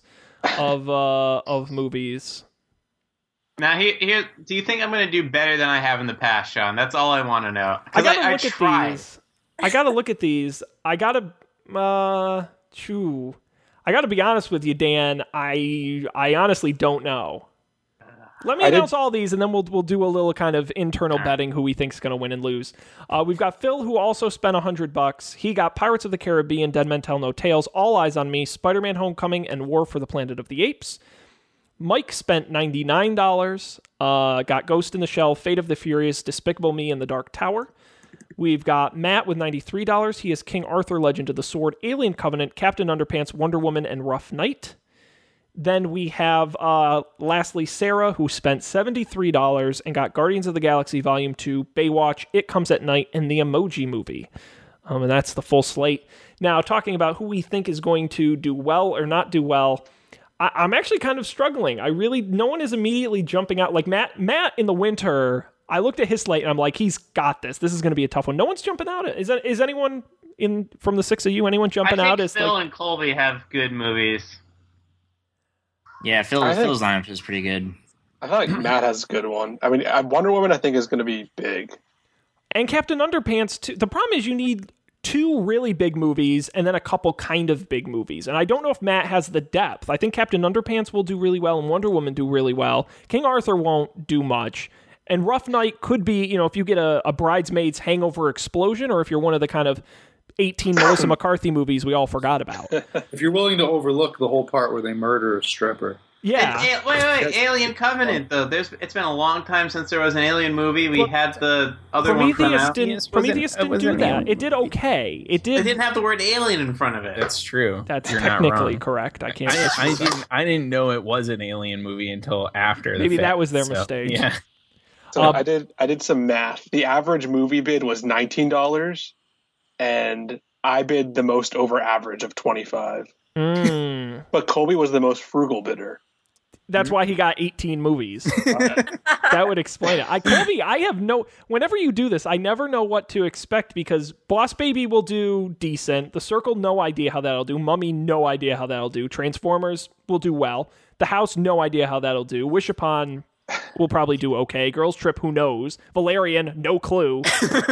[SPEAKER 3] of uh, of movies.
[SPEAKER 6] Now, here, here, do you think I'm going to do better than I have in the past, Sean? That's all I want to know.
[SPEAKER 3] I
[SPEAKER 6] 'Cause
[SPEAKER 3] gotta
[SPEAKER 6] I,
[SPEAKER 3] look at
[SPEAKER 6] try.
[SPEAKER 3] these. I gotta look at these. I gotta uh chew. I gotta be honest with you, Dan. I I honestly don't know. Let me
[SPEAKER 8] I did-
[SPEAKER 3] announce all these, and then we'll we'll do a little kind of internal betting who we think's going to win and lose. Uh, we've got Phil, who also spent a hundred bucks. He got Pirates of the Caribbean, Dead Men Tell No Tales, All Eyes on Me, Spider Man: Homecoming, and War for the Planet of the Apes. Mike spent ninety nine dollars. Uh, got Ghost in the Shell, Fate of the Furious, Despicable Me, and The Dark Tower. We've got Matt with $93. He is King Arthur, Legend of the Sword, Alien Covenant, Captain Underpants, Wonder Woman, and Rough Knight. Then we have, uh, lastly, Sarah, who spent $73 and got Guardians of the Galaxy Volume 2, Baywatch, It Comes at Night, and the Emoji Movie. Um, and that's the full slate. Now, talking about who we think is going to do well or not do well, I- I'm actually kind of struggling. I really, no one is immediately jumping out. Like Matt, Matt in the winter, I looked at his slate and I'm like, he's got this. This is going to be a tough one. No one's jumping out. Is that, is anyone in from the six of you? Anyone
[SPEAKER 6] I
[SPEAKER 3] jumping
[SPEAKER 6] think
[SPEAKER 3] out? Is
[SPEAKER 6] Phil
[SPEAKER 3] like,
[SPEAKER 6] and Colby have good movies.
[SPEAKER 5] Yeah, Phil,
[SPEAKER 8] I think-
[SPEAKER 5] Phil's lineup is pretty good.
[SPEAKER 8] I feel like Matt has a good one. I mean, I- Wonder Woman, I think, is going to be big.
[SPEAKER 3] and Captain Underpants. Too. The problem is you need two really big movies and then a couple kind of big movies. And I don't know if Matt has the depth. I think Captain Underpants will do really well and Wonder Woman do really well. King Arthur won't do much. And Rough Night could be, you know, if you get a, a bridesmaid's hangover explosion or if you're one of the kind of 18 Melissa McCarthy movies we all forgot about.
[SPEAKER 1] If you're willing to overlook the whole part where they murder a stripper,
[SPEAKER 3] Yeah.
[SPEAKER 6] And, a- wait, wait, Alien Covenant though. There's it's been a long time since there was an Alien movie. We
[SPEAKER 3] Well,
[SPEAKER 6] had the other one
[SPEAKER 3] Prometheus
[SPEAKER 6] come out.
[SPEAKER 3] didn't,
[SPEAKER 2] Prometheus wasn't-
[SPEAKER 3] Prometheus
[SPEAKER 2] it
[SPEAKER 3] didn't do
[SPEAKER 2] wasn't
[SPEAKER 3] that.
[SPEAKER 2] even-
[SPEAKER 3] It did okay. It
[SPEAKER 6] It
[SPEAKER 3] did.
[SPEAKER 6] didn't have the word alien in front of it.
[SPEAKER 2] That's true.
[SPEAKER 3] that's
[SPEAKER 2] You're not
[SPEAKER 3] technically
[SPEAKER 2] wrong.
[SPEAKER 3] correct. I can't.
[SPEAKER 2] I, I
[SPEAKER 3] dispute that.
[SPEAKER 2] didn't I didn't know it was an alien movie until after the
[SPEAKER 3] Maybe
[SPEAKER 2] fact,
[SPEAKER 3] that was their
[SPEAKER 2] so,
[SPEAKER 3] mistake.
[SPEAKER 2] Yeah.
[SPEAKER 8] So
[SPEAKER 3] Um,
[SPEAKER 8] I did I did some math. The average movie bid was nineteen dollars, and I bid the most over average of twenty five.
[SPEAKER 3] Mm.
[SPEAKER 8] But Colby was the most frugal bidder.
[SPEAKER 3] That's why he got 18 movies. that would explain it. I Colby, I have no whenever you do this, I never know what to expect because Boss Baby will do decent. The Circle, no idea how that'll do. Mummy, no idea how that'll do. Transformers will do well. The House, no idea how that'll do. Wish Upon will probably do okay. Girls Trip, who knows? Valerian, no clue.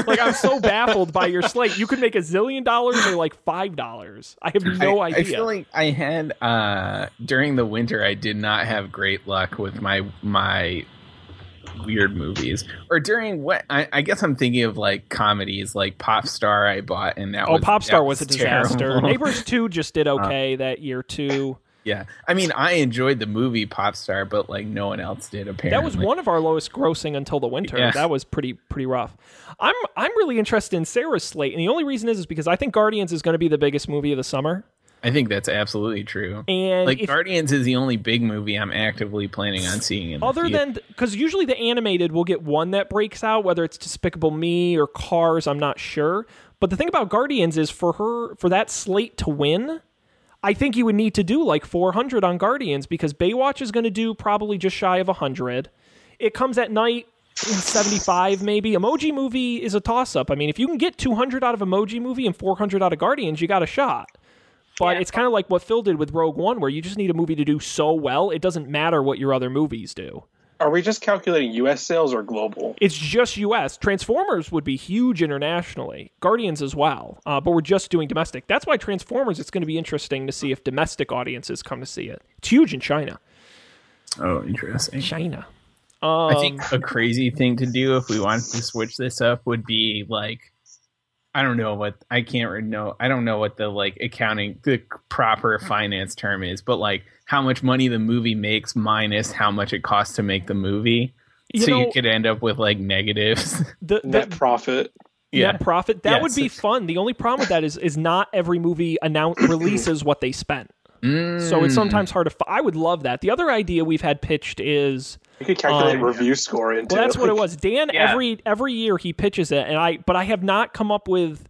[SPEAKER 3] like I'm so baffled by your slate. You could make a zillion dollars or like five dollars. I have no
[SPEAKER 2] I,
[SPEAKER 3] idea.
[SPEAKER 2] I feel like I had uh during the winter I did not have great luck with my my weird movies. Or during what I, I guess I'm thinking of like comedies like Pop Star I bought and that
[SPEAKER 3] Oh,
[SPEAKER 2] was that
[SPEAKER 3] Popstar was, a disaster.
[SPEAKER 2] terrible. Uh,
[SPEAKER 3] Neighbors 2 just did okay that year too.
[SPEAKER 2] yeah. I mean I enjoyed the movie Pop Star, but like no one else did apparently.
[SPEAKER 3] That was one of our lowest grossing until the winter.
[SPEAKER 2] Yeah.
[SPEAKER 3] That was pretty pretty rough. I'm I'm really interested in Sarah's slate, and the only reason is is because I think Guardians is going to be the biggest movie of the summer.
[SPEAKER 2] I think that's absolutely true.
[SPEAKER 3] And
[SPEAKER 2] like
[SPEAKER 3] if,
[SPEAKER 2] Guardians is the only big movie I'm actively planning on seeing. In the
[SPEAKER 3] other
[SPEAKER 2] theater.
[SPEAKER 3] than because usually the animated will get one that breaks out, whether it's Despicable Me or Cars, I'm not sure. But the thing about Guardians is for her for that slate to win, I think you would need to do like 400 on Guardians because Baywatch is going to do probably just shy of 100. It comes at night in 75 maybe. Emoji Movie is a toss up. I mean, if you can get 200 out of Emoji Movie and 400 out of Guardians, you got a shot. But it's kind of like what Phil did with Rogue One, where you just need a movie to do so well, it doesn't matter what your other movies do.
[SPEAKER 8] Are we just calculating U.S. sales or global?
[SPEAKER 3] It's just U.S. Transformers would be huge internationally, Guardians as well, uh, but we're just doing domestic. That's why Transformers. It's going to be interesting to see if domestic audiences come to see it. It's huge in China.
[SPEAKER 2] Oh, interesting.
[SPEAKER 3] China.
[SPEAKER 2] I
[SPEAKER 3] Um,
[SPEAKER 2] think a crazy thing to do if we wanted to switch this up would be like I don't know what I can't re- know I don't know what the like accounting the proper finance term is, but like how much money the movie makes minus how much it costs to make the movie.
[SPEAKER 3] You
[SPEAKER 2] so
[SPEAKER 3] know-
[SPEAKER 2] you could end up with like negatives.
[SPEAKER 3] The,
[SPEAKER 8] Net
[SPEAKER 3] the,
[SPEAKER 8] profit.
[SPEAKER 3] net profit. That would
[SPEAKER 2] Yes.
[SPEAKER 3] be fun. The only problem with that is is not every movie announce releases what they spent. So
[SPEAKER 2] Mm,
[SPEAKER 3] it's sometimes hard to. F- I would love that. The other idea we've had pitched is
[SPEAKER 8] You could calculate
[SPEAKER 3] Um,
[SPEAKER 8] review score into.
[SPEAKER 3] well, that's what it was. Dan
[SPEAKER 4] Yeah.
[SPEAKER 3] every every year he pitches it, and I but I have not come up with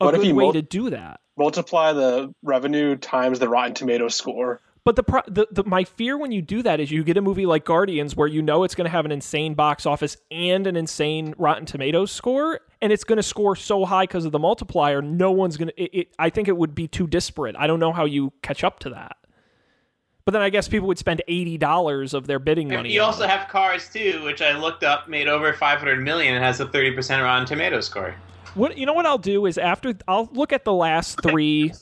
[SPEAKER 3] a
[SPEAKER 8] What if
[SPEAKER 3] good
[SPEAKER 8] he
[SPEAKER 3] way
[SPEAKER 8] mul-
[SPEAKER 3] to do that.
[SPEAKER 8] Multiply the revenue times the Rotten Tomato score.
[SPEAKER 3] But the, pro- the the my fear when you do that is you get a movie like Guardians where you know it's going to have an insane box office and an insane Rotten Tomatoes score, and it's going to score so high because of the multiplier. No one's going to. It, it, I think it would be too disparate. I don't know how you catch up to that. But then I guess people would spend eighty dollars of their bidding
[SPEAKER 4] And
[SPEAKER 3] money.
[SPEAKER 4] you
[SPEAKER 3] on
[SPEAKER 4] also
[SPEAKER 3] it.
[SPEAKER 4] have Cars too, which I looked up, made over 500 million and has a 30% Rotten Tomato score.
[SPEAKER 3] What you know what I'll do is after I'll look at the last three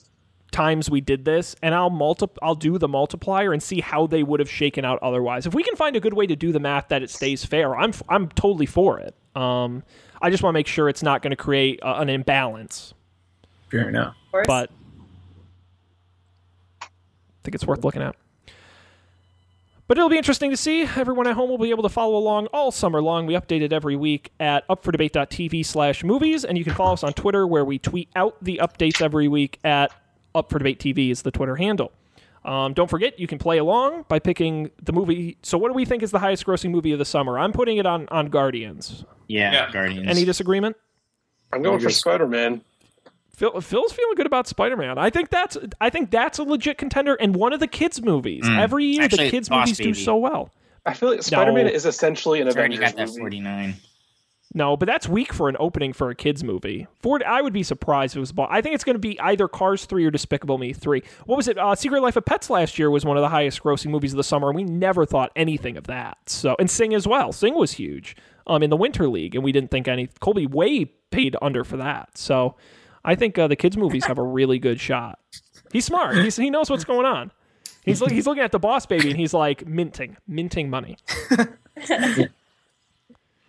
[SPEAKER 3] times we did this and I'll multi I'll do the multiplier and see how they would have shaken out otherwise. If we can find a good way to do the math that it stays fair, I'm f- I'm totally for it. Um I just want to make sure it's not going to create uh, an imbalance,
[SPEAKER 2] Fair enough.
[SPEAKER 7] Of course.
[SPEAKER 3] but I think it's worth looking at. But it'll be interesting to see. Everyone at home will be able to follow along all summer long. We update it every week at upfordebate.tv slash movies. And you can follow us on Twitter where we tweet out the updates every week at upfordebatetv is the Twitter handle. Um, don't forget, you can play along by picking the movie. So what do we think is the highest grossing movie of the summer? I'm putting it on, on Guardians.
[SPEAKER 5] Yeah,
[SPEAKER 4] Yeah.
[SPEAKER 5] Guardians.
[SPEAKER 3] Any disagreement?
[SPEAKER 8] I'm going for Spider Man.
[SPEAKER 3] Phil, Phil's feeling good about Spider-Man. I think that's I think that's a legit contender and one of the kids movies. Every year the
[SPEAKER 5] Mm. Actually,
[SPEAKER 3] kids
[SPEAKER 5] Boss
[SPEAKER 3] movies do
[SPEAKER 5] Baby.
[SPEAKER 3] so well.
[SPEAKER 8] I feel like Spider Man is essentially an
[SPEAKER 5] It's already
[SPEAKER 8] Avengers
[SPEAKER 5] got that
[SPEAKER 8] movie.
[SPEAKER 5] 49.
[SPEAKER 3] No, but that's weak for an opening for a kids movie. Ford, I would be surprised if it was. Bo- I think it's going to be either Cars three or Despicable Me three. What was it? Uh, Secret Life of Pets last year was one of the highest grossing movies of the summer, and we never thought anything of that. So, and Sing as well. Sing was huge um, in the Winter League, and we didn't think any. Colby way paid under for that. So, I think uh, the kids movies have a really good shot. He's smart. He's, he knows what's going on. He's look, he's looking at the boss baby, and he's like minting, minting money.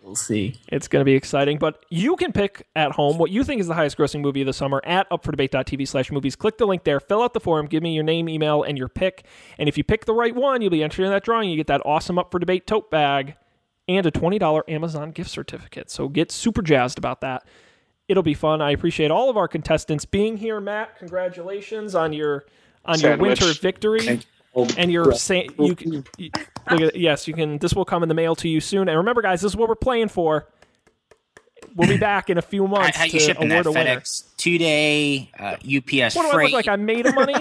[SPEAKER 2] We'll see.
[SPEAKER 3] It's going to be exciting. But you can pick at home what you think is the highest grossing movie of the summer at upfordebate.tv slash movies. Click the link there, fill out the form, give me your name, email, and your pick. And if you pick the right one, you'll be entered in that drawing. You get that awesome Up for Debate tote bag and a $20 Amazon gift certificate. So get super jazzed about that. It'll be fun. I appreciate all of our contestants being here. Matt, congratulations on your on your
[SPEAKER 8] Sandwich.
[SPEAKER 3] winter victory and you're saying you, can- you look at, yes you can this will come in the mail to you soon and remember guys this is what we're playing for we'll be back in a few
[SPEAKER 5] How,
[SPEAKER 3] months
[SPEAKER 5] how
[SPEAKER 3] to
[SPEAKER 5] you shipping
[SPEAKER 3] award
[SPEAKER 5] that?
[SPEAKER 3] a winner
[SPEAKER 5] FedEx two-day uh, UPS
[SPEAKER 3] what do i
[SPEAKER 5] freight.
[SPEAKER 3] look like i made of money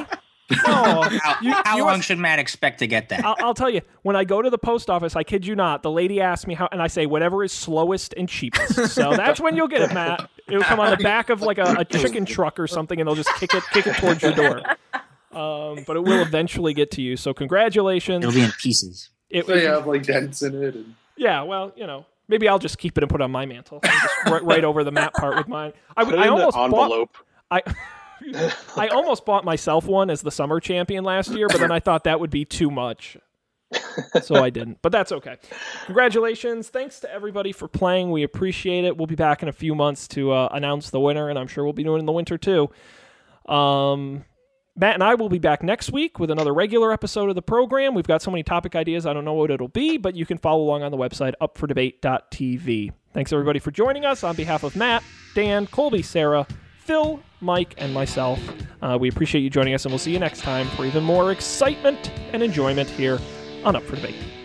[SPEAKER 3] oh
[SPEAKER 5] how
[SPEAKER 3] you-
[SPEAKER 5] how
[SPEAKER 3] you
[SPEAKER 5] long
[SPEAKER 3] are-
[SPEAKER 5] should Matt expect to get that?
[SPEAKER 3] I'll, I'll tell you when i go to the post office i kid you not the lady asked me how and i say whatever is slowest and cheapest so that's when you'll get it matt it'll come on the back of like a, a chicken truck or something and they'll just kick it kick it towards your door um, but it will eventually get to you so congratulations
[SPEAKER 5] It'll be in pieces.
[SPEAKER 3] It-
[SPEAKER 1] They have like dents in it. And
[SPEAKER 3] Yeah, well, you know, maybe I'll just keep it and put it on my mantle, just right, right over the map part with mine. I,
[SPEAKER 8] Put it
[SPEAKER 3] I
[SPEAKER 8] in
[SPEAKER 3] almost
[SPEAKER 8] the
[SPEAKER 3] bought,
[SPEAKER 8] envelope.
[SPEAKER 3] I, I almost bought myself one as the summer champion last year, but then I thought that would be too much, so I didn't. But that's okay. Congratulations! Thanks to everybody for playing. We appreciate it. We'll be back in a few months to uh, announce the winner, and I'm sure we'll be doing it in the winter too. Um, Matt and I will be back next week with another regular episode of the program. We've got so many topic ideas, I don't know what it'll be, but you can follow along on the website upfordebate.tv. Thanks everybody for joining us. On behalf of Matt, Dan, Colby, Sarah, Phil, Mike, and myself, uh, we appreciate you joining us, and we'll see you next time for even more excitement and enjoyment here on Up for Debate.